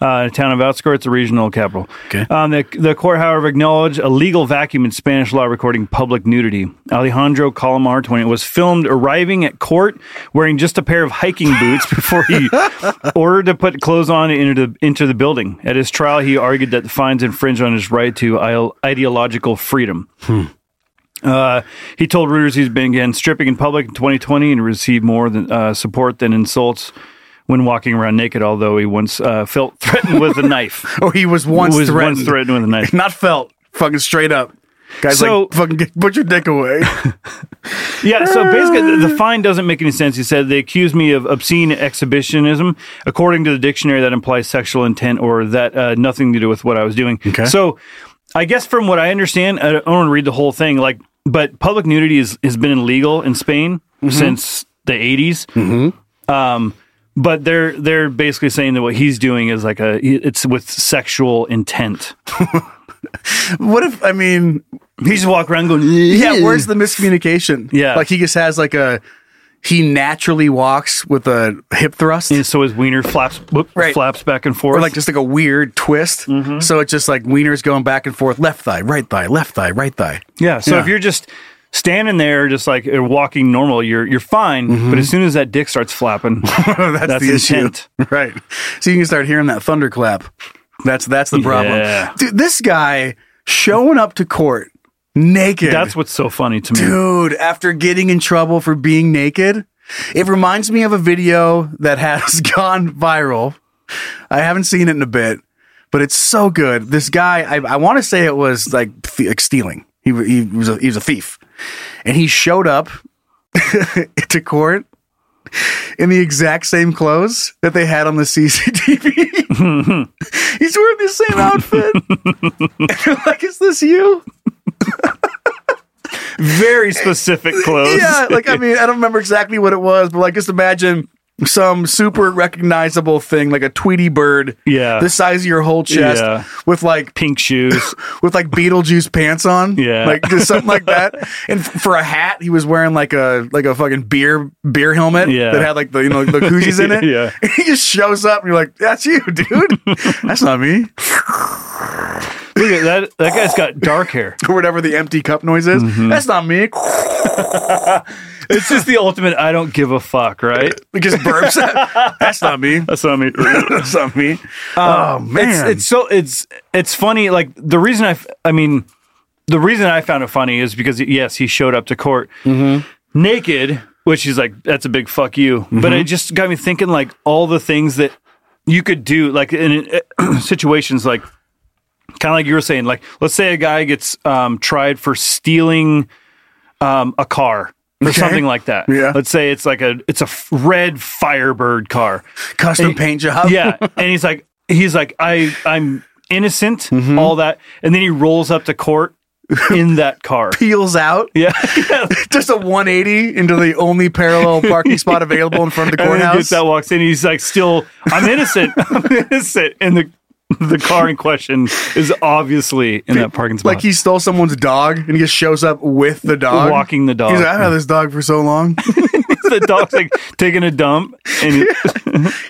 Uh, the town of outskirts, the regional capital. Okay. Um, the, the court, however, acknowledged a legal vacuum in Spanish law recording public nudity. Alejandro Calamar, 20, was filmed arriving at court wearing just a pair of hiking boots before he ordered to put clothes on and enter the, enter the building. At his trial, he argued that the fines infringe on his right to ideal- ideological freedom. Uh, he told Reuters he's been again stripping in public in 2020 and received more than, uh, support than insults when walking around naked. Although he once uh, felt threatened with a knife. oh, he was once was threatened. once threatened with a knife. Not felt. Fucking straight up. Guys, So- like, fucking get, put your dick away. Yeah, so basically, the, the fine doesn't make any sense. He said they accuse me of obscene exhibitionism. According to the dictionary, that implies sexual intent or that uh, nothing to do with what I was doing. Okay. So, I guess from what I understand, I don't want to read the whole thing. Like, but public nudity is, has been illegal in Spain since the 80s Um, but they're they're basically saying that what he's doing is like a it's with sexual intent. what if, I mean, He's walk around going, yeah, where's the miscommunication? Yeah. Like, he just has, like, a, he naturally walks with a hip thrust. And so his wiener flaps whoop, Right. flaps back and forth. Or like just like a weird twist, Mm-hmm. so it's just like wieners going back and forth, left thigh, right thigh, left thigh, right thigh. Yeah. So Yeah. if you're just standing there, just like uh, walking normal, you're you're fine. But as soon as that dick starts flapping, Mm-hmm. that's, That's the issue, intent. right? So you can start hearing that thunderclap. That's that's the problem, Yeah. dude. This guy showing up to court naked. that's what's so funny to me. dude. After getting in trouble for being naked, it reminds me of a video that has gone viral. I haven't seen it in a bit, but it's so good. This guy, I, I want to say it was like, th- like stealing. He, wa- he was a, he was a thief, and he showed up to court in the exact same clothes that they had on the CCTV. He's wearing the same outfit. And they're like, is this you? Very specific clothes. Yeah, like I mean, I don't remember exactly what it was, but like just imagine some super recognizable thing, like a Tweety bird, Yeah. the size of your whole chest, Yeah. with like pink shoes. with like Beetlejuice pants on, Yeah. like just something like that. And f- for a hat, he was wearing like a like a fucking beer beer helmet Yeah. that had like the you know the koozies in it. Yeah. he just shows up, and you're like, "That's you, dude. That's not me." Look at that. That guy's got dark hair. Or whatever the empty cup noise is. Mm-hmm. That's not me. It's just the ultimate. I don't give a fuck. Right. He just burps. That's not me. That's what I mean. That's not me. oh man, It's, it's so it's it's funny. Like the reason I f- I mean the reason I found it funny is because yes, he showed up to court Mm-hmm. naked, which is like that's a big fuck you. But Mm-hmm. it just got me thinking like all the things that you could do like in uh, situations like kind of like you were saying like let's say a guy gets um, tried for stealing um, a car. Or something like that. Yeah. Let's say it's like a it's a f- red Firebird car custom paint job. yeah and he's like he's like i i'm innocent Mm-hmm. all that and then he rolls up to court in that car peels out. yeah Just a 180 into the only parallel parking spot available in front of the and then he courthouse. gets out walks in he's like still i'm innocent i'm innocent and the the car in question is obviously in that parking spot Like he stole someone's dog and he just shows up with the dog. Walking the dog. He's like, I've had this dog for so long. the dog's like taking a dump and he-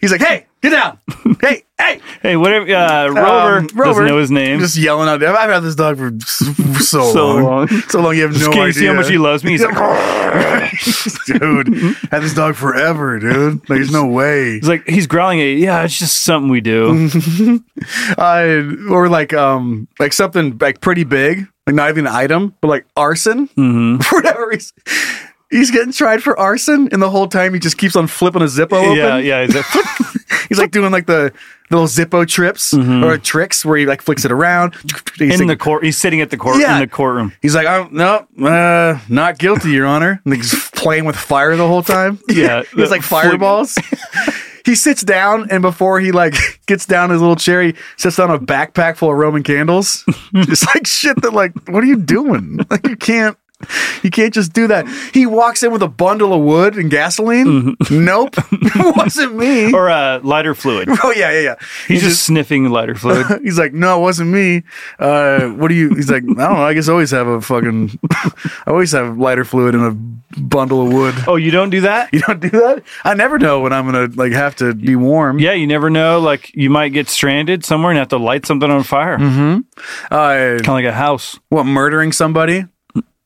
He's like, hey, get down. Hey, hey. hey whatever uh rover Um, doesn't know his name Just yelling out there. I've had this dog for so, so So long. long. So long you have Just no kidding, idea. see how much he loves me? He's like, dude, had this dog forever, dude. Like, there's no way. he's like he's growling at you. yeah it's just something we do uh, or like um like something like pretty big, like not even an item, but like arson Mm-hmm. for whatever reason. He's getting tried for arson, and the whole time he just keeps on flipping a Zippo open. yeah yeah he's like, He's like doing like the little Zippo trips or tricks where he like flicks it around. He's Mm-hmm. in the like, court he's sitting at the court Yeah. in the courtroom he's like, oh, no, uh, not guilty, Your Honor. And he's playing with fire the whole time. Yeah, he's like that flick- fireballs. he sits down, and before he like gets down his little chair, he sits down a backpack full of Roman candles. it's like shit. That like, what are you doing? Like you can't. You can't just do that. He walks in with a bundle of wood and gasoline. Nope, wasn't me. Mm-hmm. Or uh, lighter fluid. Oh yeah, yeah, yeah. He's, just, sniffing lighter fluid. he's like, no, it wasn't me. Uh, what do you? He's like, I don't know. I guess I always have a fucking, I always have lighter fluid and a bundle of wood. oh, you don't do that? You don't do that. I never know when I'm gonna like have to be warm. Yeah, you never know. Like you might get stranded somewhere and have to light something on fire. Mm-hmm. Uh, Kind of like a house. what murdering somebody?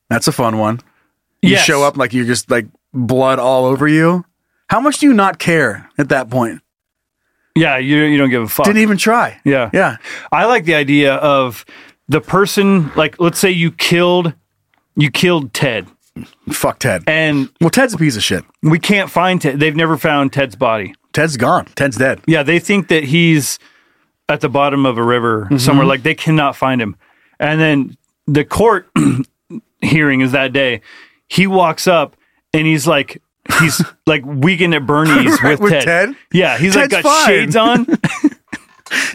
That's a fun one. You Yes. show up like you're just like blood all over you. How much do you not care at that point? Yeah, you you don't give a fuck. Didn't even try. yeah. Yeah. I like the idea of the person like let's say you killed you killed Ted Fuck Ted. and Well, Ted's a piece of shit. we can't find Ted. They've never found Ted's body. Ted's gone. Ted's dead. Yeah, they think that he's at the bottom of a river Mm-hmm. somewhere. Like they cannot find him. And then the court hearing is that day. He walks up and he's like, he's like weekend at Bernie's with, with Ted. Ted? Yeah, he's like Ted's got fine. shades on.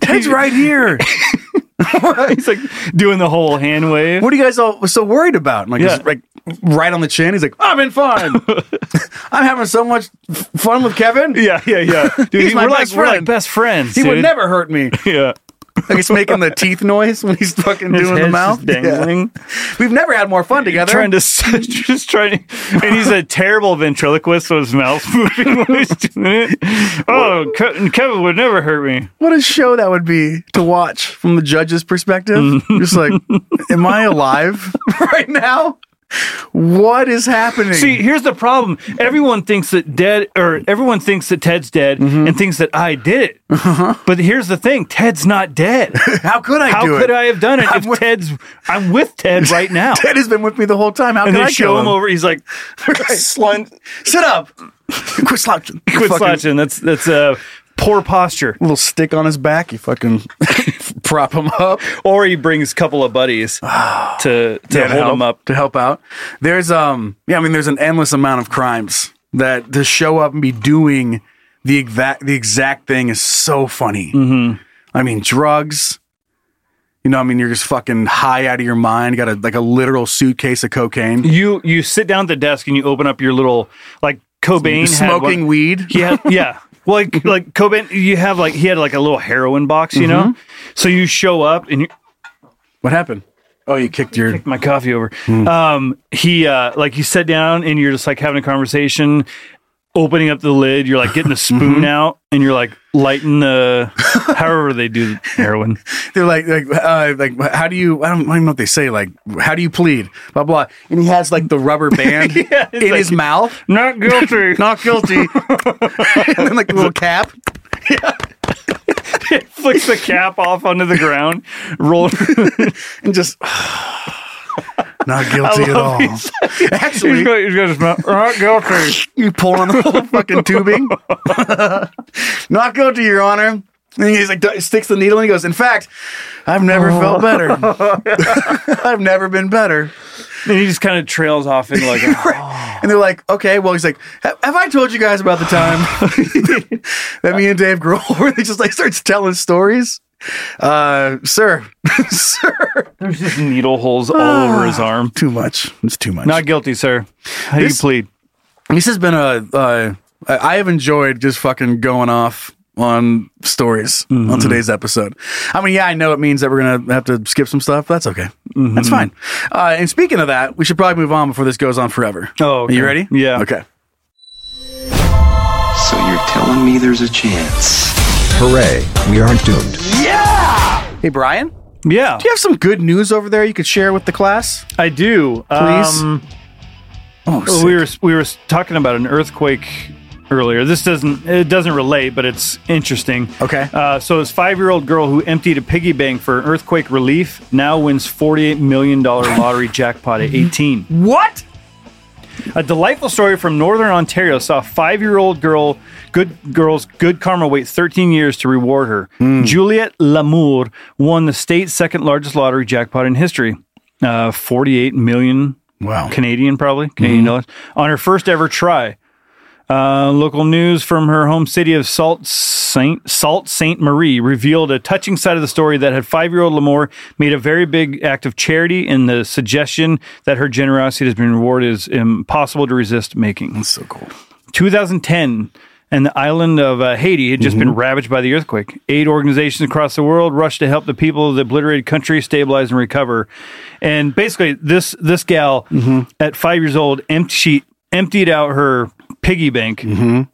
Ted's right here. he's like doing the whole hand wave. What are you guys all so worried about? And, Like, Yeah. it's, like right on the chin. He's like, I've been fine. I'm having so much f- fun with Kevin. yeah, yeah, yeah. Dude, He's my we're, like, best we're like friend. best friends. He would dude. never hurt me. Yeah. Like he's making the teeth noise when he's fucking His doing the head's mouth. just dangling. Yeah. We've never had more fun together. Trying to just trying, to, and he's a terrible ventriloquist, so his mouth's moving when he's doing it. Oh, Ke- Kevin would never hurt me. what a show that would be to watch from the judge's perspective. Mm-hmm. Just like, am I alive right now? What is happening? See, here's the problem. Everyone thinks that dead, or everyone thinks that Ted's dead, Mm-hmm. and thinks that I did it. But here's the thing: Ted's not dead. how could Uh-huh. I How do it? could I have done it I'm if with- Ted's? I'm with Ted right now. Ted has been with me the whole time. How and can they I show kill him him? over. He's like, slunt, Sit up. Quit slouching. quit Fucking slouching. That's that's a uh, poor posture. Little stick on his back. You fucking prop him up. Or he brings a couple of buddies to to Yeah, hold help, him up. to help out. There's um yeah, I mean there's an endless amount of crimes that to show up and be doing the exact the exact thing is so funny. Mm-hmm. I mean drugs. You know, I mean you're just fucking high out of your mind. Got a like a literal suitcase of cocaine, You you sit down at the desk and you open up your little like Cobain had one- smoking weed. He had, yeah. Well, like, like Cobain, you have like he had like a little heroin box, you know. So you show up and you What happened? Oh, you kicked your. kick my coffee over. Um, he uh, like you sit down and you're just like having a conversation, opening up the lid. You're like getting a spoon out and you're like lighting the however they do heroin. They're like, like, uh, like, how do you? I don't, I don't even know what they say. Like, how do you plead? Blah blah. And he has like the rubber band it's in like- his mouth. Not guilty. not guilty. and then like a little cap. Flicks the cap off onto the ground. Rolled. and just not guilty at all. he's Actually, got, he's got his mouth. Not guilty. you pull on the whole fucking tubing. not guilty, Your Honor. And he's like d- sticks the needle and he goes. In fact, I've never felt better. I've never been better. And he just kind of trails off into like. a- And they're like, okay, well, he's like, have have I told you guys about the time that me and Dave Grohl where they just like starts telling stories? Uh, sir, sir, There's just needle holes all over his arm. too much. It's too much. Not guilty, sir. How do you Ah. This- plead? This has been a. Uh, I I have enjoyed just fucking going off on stories Mm-hmm. on today's episode. I mean, yeah, I know it means that we're gonna have to skip some stuff. But that's okay. Mm-hmm. That's fine. Uh, and speaking of that, we should probably move on before this goes on forever. Oh, okay. Are you ready? Yeah. Okay. So you're telling me there's a chance? Hooray, we aren't doomed. Hey, Brian, do Yeah, you have some good news over there you could share with the class? I do. Please? Um, Oh, well, we were we were talking about an earthquake earlier. This doesn't it doesn't relate, but it's interesting. Okay. Uh, so this five year old girl who emptied a piggy bank for earthquake relief now wins forty eight million dollar lottery jackpot at eighteen. what? A delightful story from Northern Ontario saw five-year-old girl, good girls, good karma wait 13 years to reward her. Hmm. Juliette Lamour won the state's second largest lottery jackpot in history, uh, 48 million Wow. Canadian, probably Canadian dollars, on her first ever try. Uh, local news from her home city of Salt Saint Salt Saint Marie revealed a touching side of the story that had five-year-old Lamore made a very big act of charity, and the suggestion that her generosity has been rewarded is impossible to resist making. That's so cool. 2010, and the island of uh, Haiti had just Mm-hmm. been ravaged by the earthquake. Aid organizations across the world rushed to help the people of the obliterated country stabilize and recover. And basically, this this gal Mm-hmm. at five years old, empty, she emptied out her piggy bank and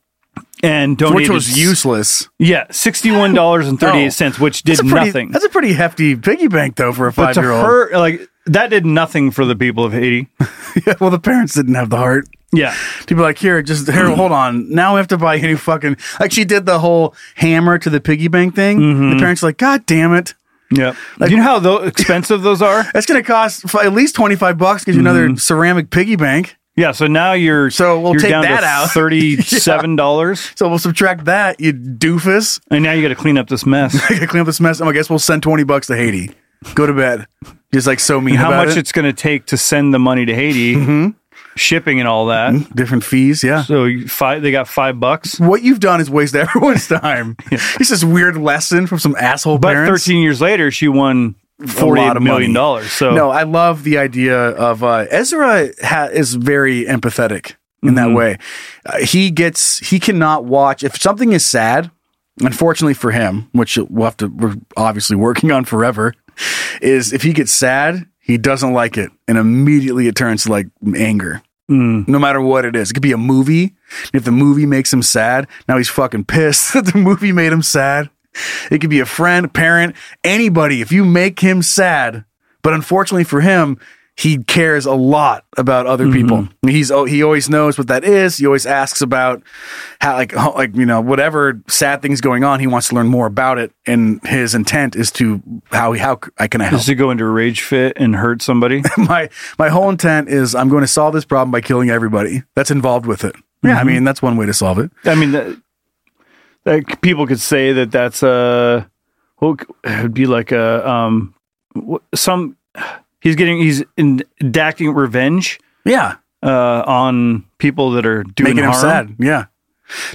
donated, Mm-hmm. Which was useless. Yeah, sixty-one dollars and thirty-eight cents, which did That's a pretty- nothing. That's a pretty hefty piggy bank, though, for a But five to year old. her, like that did nothing for the people of Haiti. yeah, well, the parents didn't have the heart. Yeah. To be like, here, just here, hold on. Now we have to buy a new fucking. Like, she did the whole hammer to the piggy bank thing. Mm-hmm. The parents are like, God damn it. Yeah. Like, you know how tho- expensive those are? That's going to cost f- at least 25 bucks because you Mm-hmm. another ceramic piggy bank. Yeah, so now you're so we'll you're take down that to out. thirty-seven dollars. So we'll subtract that, you doofus. And now you got to clean up this mess. I gotta clean up this mess. Oh, I guess we'll send 20 bucks to Haiti. Go to bed. Just like so mean. And how much about it. Mm-hmm. it's going to take to send the money to Haiti, shipping and all that. Different fees, yeah. So you- five, they got five bucks. What you've done is waste everyone's time. It's this weird lesson from some asshole But parents. thirteen years later, she won a forty lot of million money. dollars. So no, I love the idea of uh, Ezra ha- is very empathetic in that Mm-hmm. way. Uh, he gets he cannot watch if something is sad. Unfortunately for him, which we'll have to we're obviously working on forever, is if he gets sad, he doesn't like it, and immediately it turns to like anger. No matter what it is, it could be a movie. If the movie makes him sad, now he's fucking pissed that the movie made him sad. It could be a friend, parent, anybody. If you make him sad, but unfortunately for him, he cares a lot about other people. He's oh, he always knows what that is. He always asks about how like how- like you know whatever sad things going on. He wants to learn more about it, and his intent is to how how c- I can I help. Is to go into a rage fit and hurt somebody? my my whole intent is I'm going to solve this problem by killing everybody that's involved with it. Yeah, I Mm-hmm. mean that's one way to solve it. I mean, that, that people could say that that's a well, it would be like a um wh- some he's getting he's enacting revenge Yeah, uh on people that are doing making him harm sad. Yeah,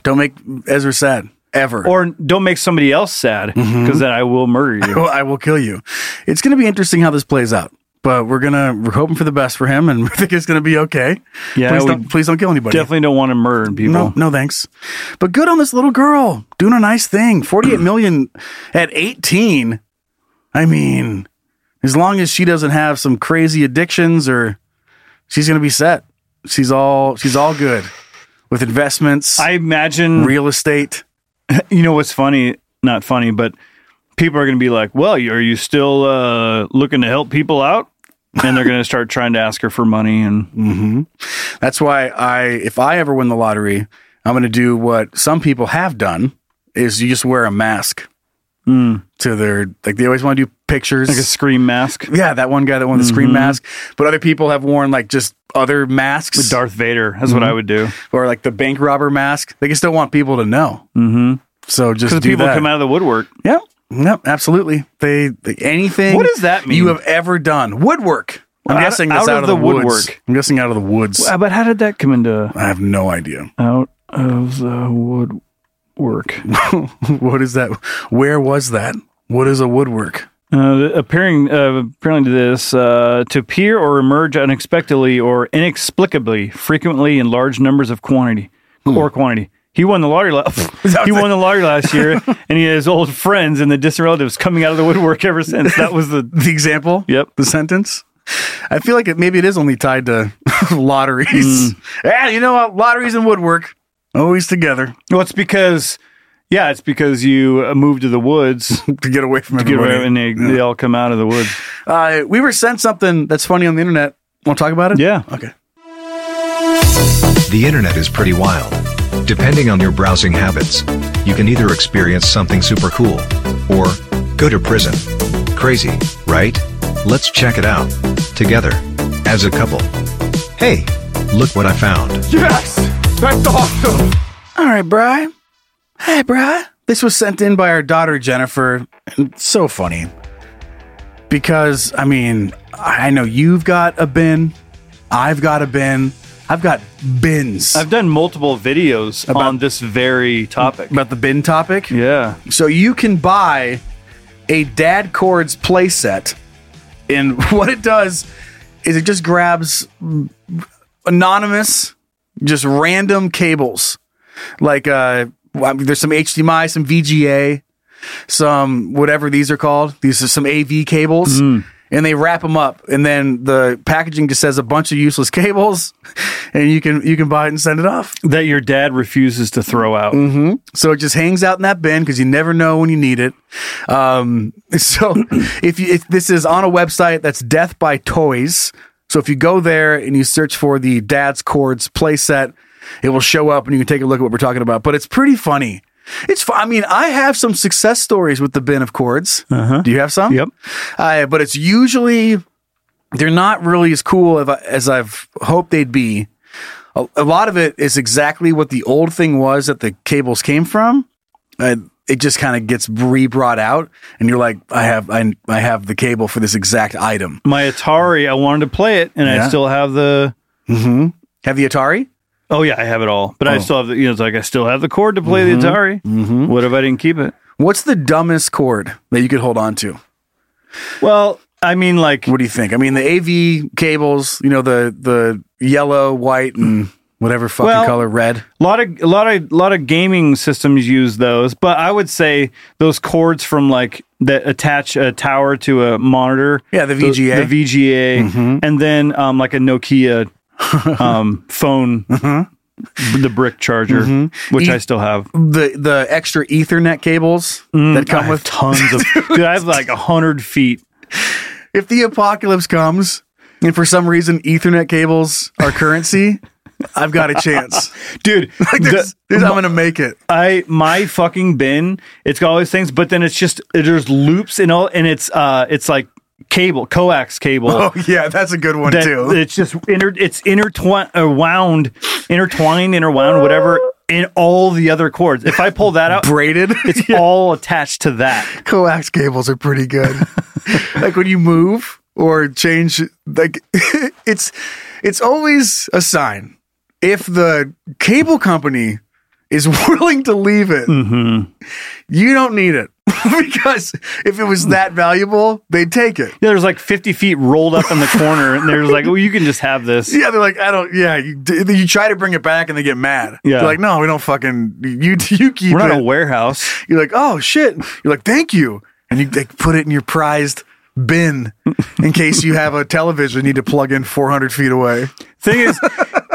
don't make Ezra sad ever. or don't make somebody else sad because then I will murder you. Well, I will kill you. It's going to be interesting how this plays out, but we're gonna we're hoping for the best for him, and we think it's going to be okay. Yeah, please we don't, please don't kill anybody. Definitely don't want to murder people. No, no thanks. But good on this little girl doing a nice thing. Forty-eight million at eighteen. I mean, as long as she doesn't have some crazy addictions, or she's going to be set. She's all she's all good with investments, I imagine real estate. you know what's funny not funny but people are going to be like well you- are you still uh, looking to help people out and they're going to start trying to ask her for money and That's why I, if I ever win the lottery, I'm going to do what some people have done: is you just wear a mask to their like they always want to do pictures, Hmm. like a scream mask Yeah, that one guy that won the Mm-hmm. scream mask. But other people have worn like just other masks with Darth Vader that's what I would do or like the bank robber mask. They just don't want people to know. Mm-hmm. So just because do people that. come out of the woodwork Yep. Yep. Absolutely. They, they- anything. What does that mean? You have ever done woodwork? I'm Out- guessing that's out, of, the, woodwork. woods. I'm guessing out of the woods. Uh, but how did that come into I have no idea. out of the woodwork what is that? Where was that? What is a woodwork? Uh, appearing uh, apparently to this uh, to appear or emerge unexpectedly or inexplicably, frequently in large numbers of quantity or quantity. He won the lottery. La- he won the lottery last year, and he has old friends and the distant relatives coming out of the woodwork ever since. That was the The example? Yep. The sentence? I feel like it, maybe it is only tied to lotteries. Mm. Yeah, you know what? Lotteries and woodwork always together well. It's because yeah, it's because you uh, moved to the woods. to get away from Get everybody. away, and they, they all come out of the woods. Uh, we were sent something that's funny on the internet. Want to talk about it? Yeah. Okay. The internet is pretty wild. Depending on your browsing habits, you can either experience something super cool or go to prison. Crazy, right? Let's check it out together as a couple. Hey, look what I found. Yes! That's awesome! All right, Bri. Hey, Bri. This was sent in by our daughter, Jennifer. And it's so funny. Because, I mean, I know you've got a bin. I've got a bin. I've got bins. I've done multiple videos on this very topic. About the bin topic? Yeah. So you can buy a Dad Chords playset, and what it does is it just grabs anonymous, just random cables. Like uh, well, I mean, there's some HDMI, some VGA, some whatever these are called. These are some AV cables. And they wrap them up, and then the packaging just says a bunch of useless cables, and you can you can buy it and send it off. That your dad refuses to throw out. hmm So it just hangs out in that bin because you never know when you need it. Um, so if you, if this is on a website that's Death by Toys, so if you go there and you search for the Dad's Chords playset, it will show up and you can take a look at what we're talking about. But it's pretty funny. It's fun. I mean, I have some success stories with the bin of chords. Do you have some? Yep. Uh, but it's usually they're not really as cool as, I, as I've hoped they'd be. A, a lot of it is exactly what the old thing was that the cables came from. Uh, it just kind of gets re brought out, and you're like, I have, I, I have the cable for this exact item. My Atari, I wanted to play it, and Yeah. I still have the. Mm-hmm. Have the Atari? Oh yeah, I have it all, but I Oh. still have the. You know, it's like I still have the cord to play Mhm. the Atari. Mhm. What if I didn't keep it? What's the dumbest cord that you could hold on to? Well, I mean, like, what do you think? I mean, the AV cables, you know, the the yellow, white, and whatever fucking Well- color, red. A lot of a lot of lot of gaming systems use those, but I would say those cords from like that attach a tower to a monitor. Yeah, the VGA. the, VGA, Mm-hmm. and then um, like a Nokia um, phone, the brick charger, Mhm. which Mm-hmm. E- I still have. The the extra Ethernet cables that come with tons of. dude, I have like a hundred feet. if the apocalypse comes and for some reason Ethernet cables are currency, I've got a chance. Dude, Like there's, the- there's- I'm gonna make it. I my fucking bin. It's got all these things, but then it's just there's loops and all, and it's uh, it's like cable, coax cable. Oh yeah, that's a good one that too. It's just inter, it's intertwined, uh, wound, intertwined, interwound, whatever, in all the other cords. If I pull that out, braided. it's all attached to that. Coax cables are pretty good. like when you move or change, like it's it's always a sign if the cable company is willing to leave it. Mm-hmm. You don't need it because if it was that valuable, they'd take it. Yeah, there's like 50 feet rolled up in the corner, and there's like, well, you can just have this. Yeah, they're like, I don't. Yeah, you, d- you try to bring it back and they get mad. Yeah. they're like, no, we don't fucking. You you keep We're not it. a warehouse. You're like, oh shit. You're like, thank you, and you like, put it in your prized bin in case you have a television you need to plug in 400 feet away. Thing is,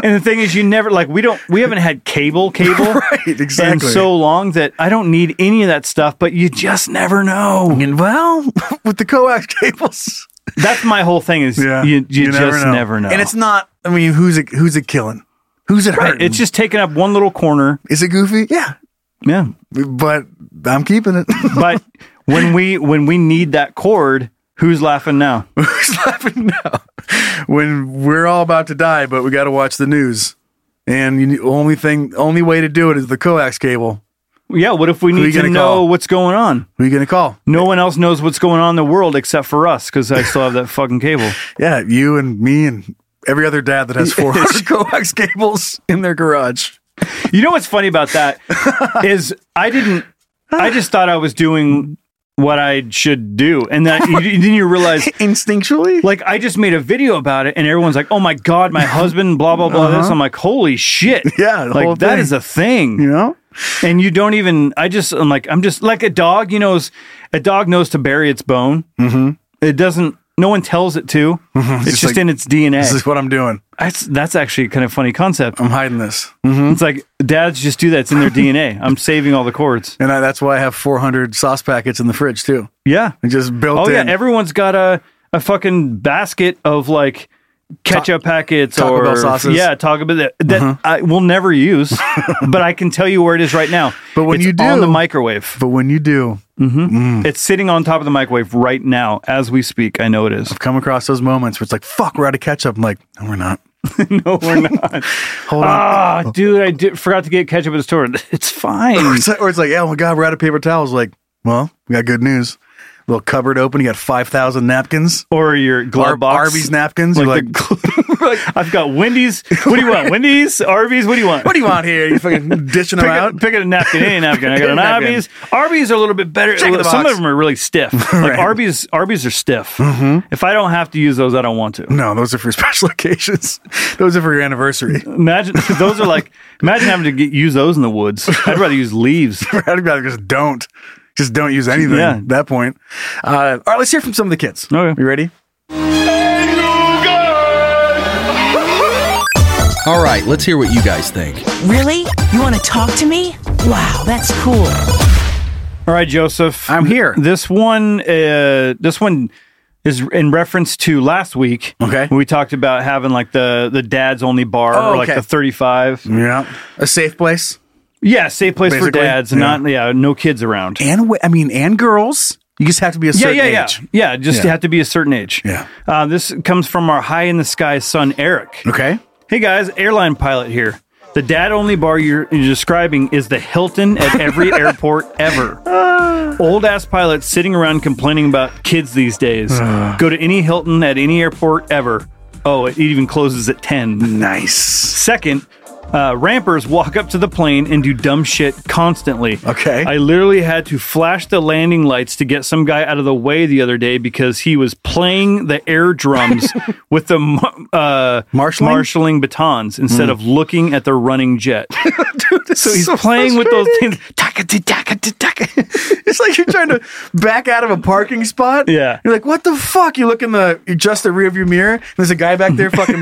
and the thing is, you never like we don't we haven't had cable cable Right, in exactly. so long that I don't need any of that stuff. But you just never know. And well, with the coax cables, That's my whole thing is yeah, you, you, just never know. And it's not. I mean, who's it? Who's it killing? Who's it Right, hurting? It's just taking up one little corner. Is it goofy? Yeah, Yeah. but I'm keeping it. but when we when we need that chord, who's laughing now? Who's laughing now? When we're all about to die, but we got to watch the news. And you, only thing, only way to do it is the coax cable. Yeah, what if we Who you need to gonna know call? what's going on? Who you gonna call? No one else knows what's going on in the world except for us because I still have that fucking cable. Yeah, you and me and every other dad that has 400 coax cables in their garage. You know what's funny about that is I didn't. I just thought I was doing what I should do, and that you, then you realize. Instinctually? Like I just made a video about it, and everyone's like, "Oh my god, my husband, blah blah blah." This, I'm like, "Holy shit!" Uh-huh. Yeah, the whole like that thing. is a thing. You know? and you don't even i just i'm like i'm just like a dog you knows a dog knows to bury its bone mm-hmm. it doesn't no one tells it to it's Mm-hmm. Just just, like, in its dna This is what I'm doing. that's, that's actually a kind of funny concept I'm hiding this. it's like dads just do that it's in their dna i'm saving all the cords And I, that's why I have 400 sauce packets in the fridge, too. yeah And just built oh yeah in. everyone's got a, a fucking basket of like ketchup packets Taco or Bell sauces. Uh-huh. yeah taco bell that, that i will never use but i can tell you where it is right now But when It's you do- Hmm. on the microwave but when you do, It's sitting on top of the microwave right now as we speak. I know it is. come across those moments where it's like, fuck, we're out of ketchup. I'm like, no, we're not. no, we're not. Hold on. Ah, dude, I did, forgot to get ketchup at the store. It's or fine. it's like, or it's like, oh my god, we're out of paper towels. Like, well, we got good news. little cupboard open. You got five thousand napkins, or your glove box. Arby's napkins. You're Like like, I've got Wendy's. What do you want? Wendy's, Arby's. What do you want? What do you want here? You fucking dishing pick them a, out? Pick a napkin. Any napkin. I got an Napkin. Arby's. Arby's are a little bit better. Check the Some box. of them are really stiff. Like Right. Mm-hmm. Arby's. Arby's are stiff. If I don't have to use those, I don't want to. no, those are for special occasions. Those are for your anniversary. Imagine those are like. Imagine having to get, use those in the woods. I'd rather use leaves. I'd rather just don't, just don't use anything Yeah. at that point. Uh, all right, let's hear from some of the kids. Okay. You ready? All right, let's hear what you guys think. Really? You want to talk to me? Wow, that's cool. All right, Joseph. I'm here. This one, uh, this one is in reference to last week. Okay, when we talked about having like the the dad's only bar Oh, or like okay. the thirty five. Yeah, a safe place. Yeah, safe place for Basically, dads. yeah. Not yeah, no kids around. And wa- I mean, and girls. You just have to be a yeah, certain yeah, yeah, age. yeah. Just Yeah. have to be a certain age. Yeah. Uh, this comes from our high in the sky son, Eric. Okay. Hey guys, airline pilot here. The dad only bar you're, you're describing is the Hilton at every airport ever. Old ass pilots sitting around complaining about kids these days. Go to any Hilton at any airport ever. Oh, it even closes at 10. Nice. Second, uh, rampers walk up to the plane and do dumb shit constantly. Okay. I literally had to flash the landing lights to get some guy out of the way the other day because he was playing the air drums with the mu- uh, marshaling? batons Hmm. instead of looking at the running jet. so he's playing with those things. It's like you're trying to back out of a parking spot. Yeah. You're like, what the fuck? You look in the you adjust the rearview mirror. And there's a guy back there fucking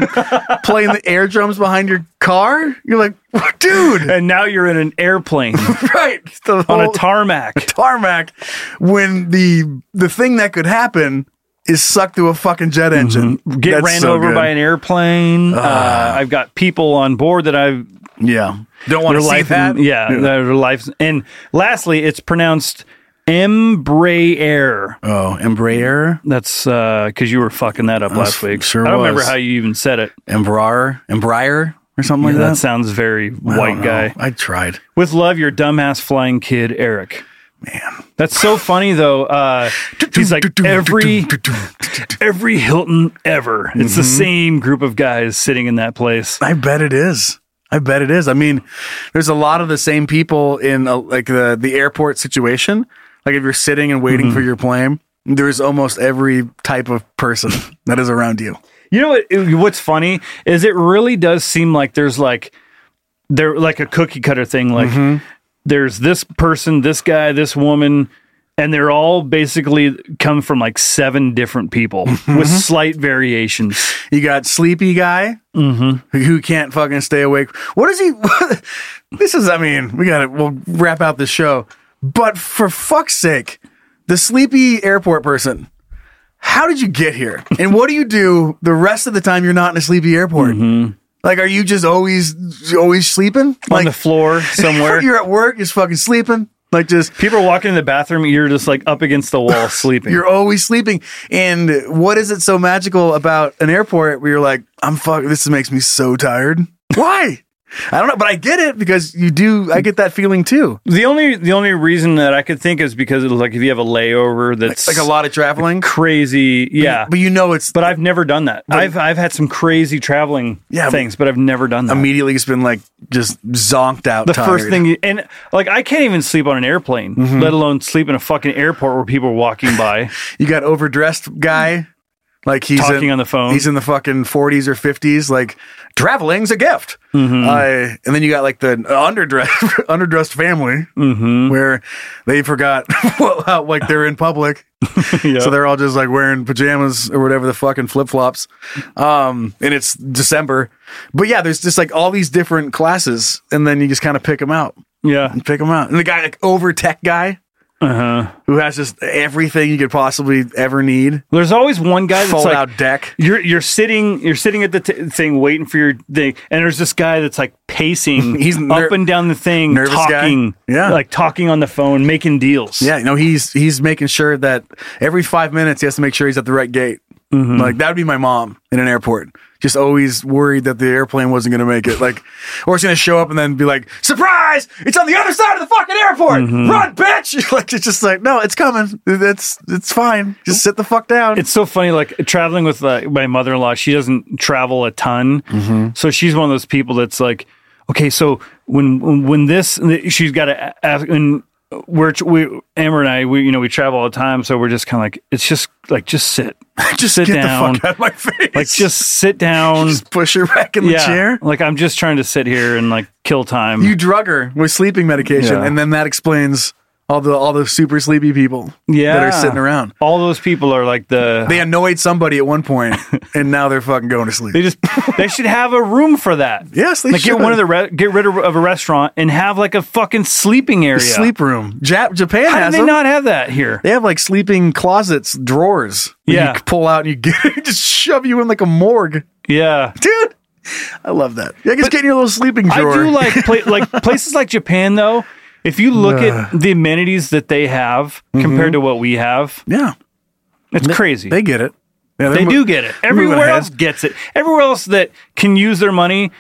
playing the air drums behind your car. You're like, dude. And now you're in an airplane right on a tarmac. tarmac when the the thing that could happen is sucked through a fucking jet engine. Mm-hmm. Get That's ran so over good. Ah. by an airplane. Uh, I've got people on board that I've yeah don't want their to see life that. yeah, their lives. And lastly, it's pronounced Embraer. Oh, Embraer. That's because you were fucking that up I last s- week. sure I don't was. remember how you even said it. Embraer, Embraer, or something like Yeah, that. that sounds very I white don't know. guy. I tried. With love, your dumbass flying kid, Eric. Man, that's so funny though. Uh, he's like every every Hilton ever. It's the Mhm. same group of guys sitting in that place. I bet it is. I bet it is. I mean, there's a lot of the same people in uh like the the airport situation. Like if you're sitting and waiting Mm-hmm. for your plane, there's almost every type of person that is around you. You know what? it- What's funny is it really does seem like there's like there like a cookie cutter thing. Like Mm-hmm. there's this person, this guy, this woman, and they're all basically come from like seven different people Mm-hmm. with slight variations. You got sleepy guy Mm-hmm. who- who can't fucking stay awake. What is he? this is. I mean, we got to We'll wrap out the show. But for fuck's sake, the sleepy airport person. How did you get here? And what do you do the rest of the time you're not in a sleepy airport? Like, are you just always always sleeping Mm-hmm. on the floor somewhere. you're at work, just fucking sleeping. Like just people are walking in the bathroom, you're just like up against the wall sleeping. You're always sleeping. And what is it so magical about an airport where you're like, I'm fuck this makes me so tired? Why? I don't know, but I get it because you do I get that feeling too. the only the only reason that I could think is because it's like if you have a layover that's Like a lot of traveling. crazy, yeah. But you know it's But I've never done that. I've I've had some crazy traveling Yeah, but- things, but I've never done that. immediately it's been like just zonked out. the tired. first thing you, and like I can't even sleep on an airplane, Mm-hmm. let alone sleep in a fucking airport where people are walking by. you got overdressed guy. Like he's Talking in- on the phone. He's in the fucking forties or fifties. Like traveling's a gift. Mm-hmm. Uh, and then you got like the underdressed underdressed family Mm-hmm. where they forgot what- how, like they're in public, so they're all just like wearing pajamas or whatever the fucking flip flops. Um, and it's December, but yeah, there's just like all these different classes, and then you just kind of pick them out yeah. and pick them out. And the guy like over tech guy Uh-huh. who has just everything you could possibly ever need. There's always one guy that's Fold like out deck. You're you're sitting you're sitting at the t- thing waiting for your thing, and there's this guy that's like pacing. He's ner- up and down the thing, nervous guy. talking, Yeah. like talking on the phone, making deals. Yeah, no, he's he's making sure that every five minutes he has to make sure he's at the right gate. Mm-hmm. Like that would be my mom in an airport, just always worried that the airplane wasn't going to make it, like or it's going to show up and then be like, "Surprise! It's on the other side of the fucking airport. Mm-hmm. Run, bitch!" like it's just like, no, it's coming. It's it's fine. Just sit the fuck down. It's so funny, like traveling with uh, my mother in law, she doesn't travel a ton. Mm-hmm. So she's one of those people that's like, okay, so when when- when this, she's got to ask, and we're, we, Amber and I, we, you know, we travel all the time. So we're just kind of like, it's just like, just sit. just sit get down. the fuck out of my face. Like, just sit down. Just push her back in the chair. Like, I'm just trying to sit here and like kill time. You drug her with sleeping medication, Mm. Yeah. and then that explains all the all the super sleepy people yeah. that are sitting around. All those people are like the. They annoyed somebody at one point, and now they're fucking going to sleep. They just they should have a room for that. Yes, they like should. get one of the re- get rid of, of a restaurant and have like a fucking sleeping area, A sleep room. Ja- Japan How do has they them. not have that here? They have like sleeping closets, drawers. that Yeah. you pull out and you get just shove you in like a morgue, Yeah, dude. I love that. Yeah, just get in your little sleeping I drawer. do like pla- like places like Japan though. If you look at the amenities that they have compared to what we have, yeah, it's crazy. Mm-hmm. They get it. Yeah, they're they mo- do get it. they're Everywhere moving else ahead. gets it. Everywhere else that can use their money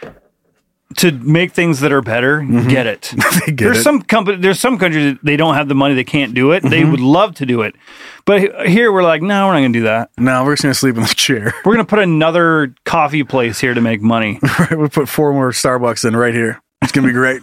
to make things that are better get it. Mm-hmm. They get there's it. some company. There's some countries that they don't have the money. They can't do it. Mm-hmm. They would love to do it, but he- here we're like, no, we're not going to do that. No, we're just gonna sleep in the chair. We're going to put another coffee place here to make money. we'll put four more Starbucks in right here. It's gonna be great.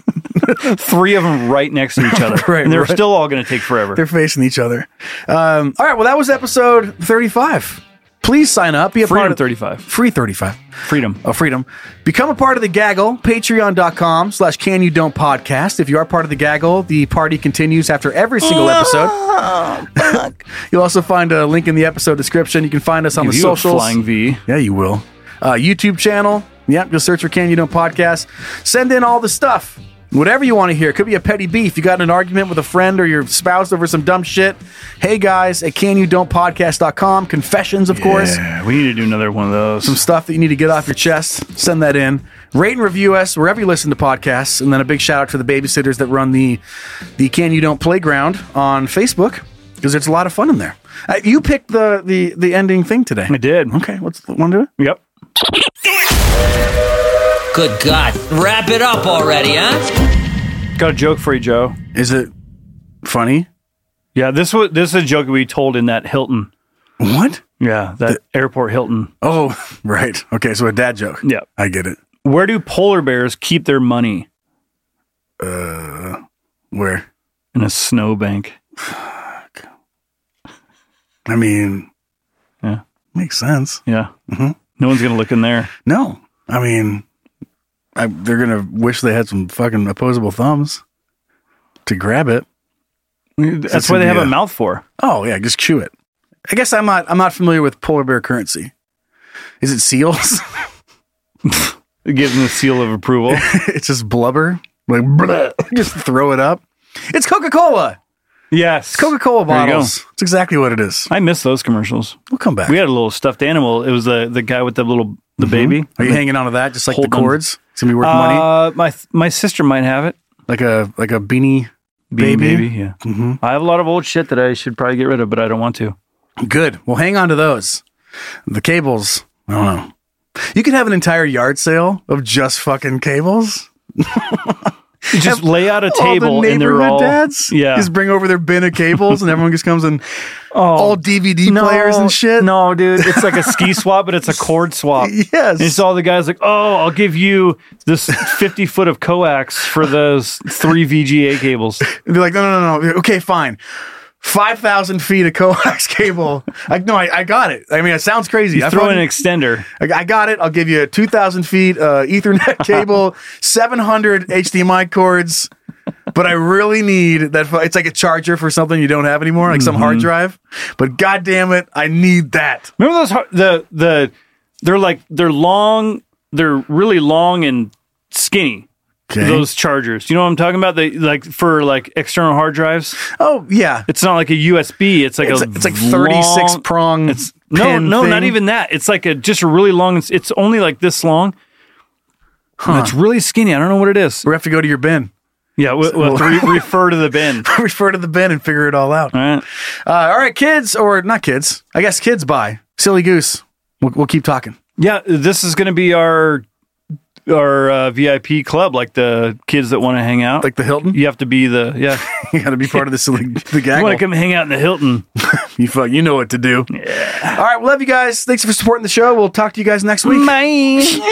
Three of them right next to each other. Right, and they're right. still all going to take forever. They're facing each other. Um, all right. Well, that was episode 35. Please sign up. Be a Freedom part of 35. Free 35. Freedom. of freedom. Become a part of the gaggle, patreon.com slash can you don't podcast. If you are part of the gaggle, the party continues after every single episode. You'll also find a link in the episode description. You can find us on Give the you a socials. flying V. Yeah, you will. Uh, YouTube channel. Yep, just search for Can You Don't Podcast. Send in all the stuff. Whatever you want to hear. It could be a petty beef. You got in an argument with a friend or your spouse over some dumb shit. Hey guys, at can you don't podcast.com. Confessions, of course Yeah, we need to do another one of those. some stuff that you need to get off your chest, send that in. Rate and review us wherever you listen to podcasts. And then a big shout out to the babysitters that run the the Can You Don't Playground on Facebook because there's a lot of fun in there. Uh, you picked the the the ending thing today. I did. Okay, what's the one to do? it? Yep. Good God. Wrap it up already, huh? Got a joke for you, Joe. Is it funny? Yeah, this was this is a joke we told in that Hilton. What? Yeah, that airport Hilton. Oh, right. Okay, so a dad joke. Yeah. I get it. Where do polar bears keep their money? Uh, Where? In a snowbank. I mean, Yeah. makes sense. Yeah. Mm-hmm. No one's gonna look in there. No, I mean, I, they're gonna wish they had some fucking opposable thumbs to grab it. That's why they have Mm, Yeah. a mouth for. Oh yeah, just chew it. I guess I'm not I'm not familiar with polar bear currency. Is it seals? It gives them the seal of approval. it's just blubber. Like bleh. just throw it up. It's Coca-Cola. yes. Coca-Cola There you go. bottles. It's exactly what it is. I miss those commercials. We'll come back. We had a little stuffed animal. It was the the guy with the little the baby. Mm-hmm. Are you hanging on to that just like Hold the on. cords? It's gonna be worth money. Uh, my my sister might have it. Like a like a beanie Beanie baby. Mm-hmm. baby yeah. I have a lot of old shit that I should probably get rid of, but I don't want to. Good. Well, hang on to those. The cables. I don't know. You could have an entire yard sale of just fucking cables. You just lay out a table all the and they're neighborhood all dads yeah. Oh, just bring over their bin of cables and everyone just comes and all DVD E players and shit. No, dude, it's like a ski swap, but it's a cord swap. Yes. And it's all the guys like, oh, I'll give you this 50 foot of coax for those three VGA cables. And they're like, no, no, no, no. Okay, fine. 5,000 feet of coax cable. Like, no, I, I got it. I mean, it sounds crazy. You I throw in fucking- an extender. I I got it. I'll give you 2,000 feet uh, Ethernet cable, 700 HDMI cords, but I really need that. fu- It's like a charger for something you don't have anymore, like some hard drive. But God damn it, I need that. Remember those, har- the, the, they're like, they're long, they're really long and skinny. Okay. Those chargers. You know what I'm talking about? They like for like external hard drives. Oh, yeah. It's not like a USB. It's like It's, a it's like 36 long- prong. It's no, pin no, not thing. even that. It's like a just a really long. It's, it's only like this long. And It's really skinny. I don't know what it is. We have to go to your bin. Yeah, we'll, we'll have to re- refer to the bin. Refer to the bin and figure it all out. All right. Uh, all right, kids, or not kids, I guess kids buy. Silly Goose. We'll, we'll keep talking. Yeah, this is going to be our our uh, VIP club, like the kids that want to hang out, like the Hilton. You have to be the yeah. you got to be part of the silly the You gaggle. want to come hang out in the Hilton? you fuck. You know what to do. Yeah. All right. We love you guys. Thanks for supporting the show. We'll talk to you guys next week. Bye.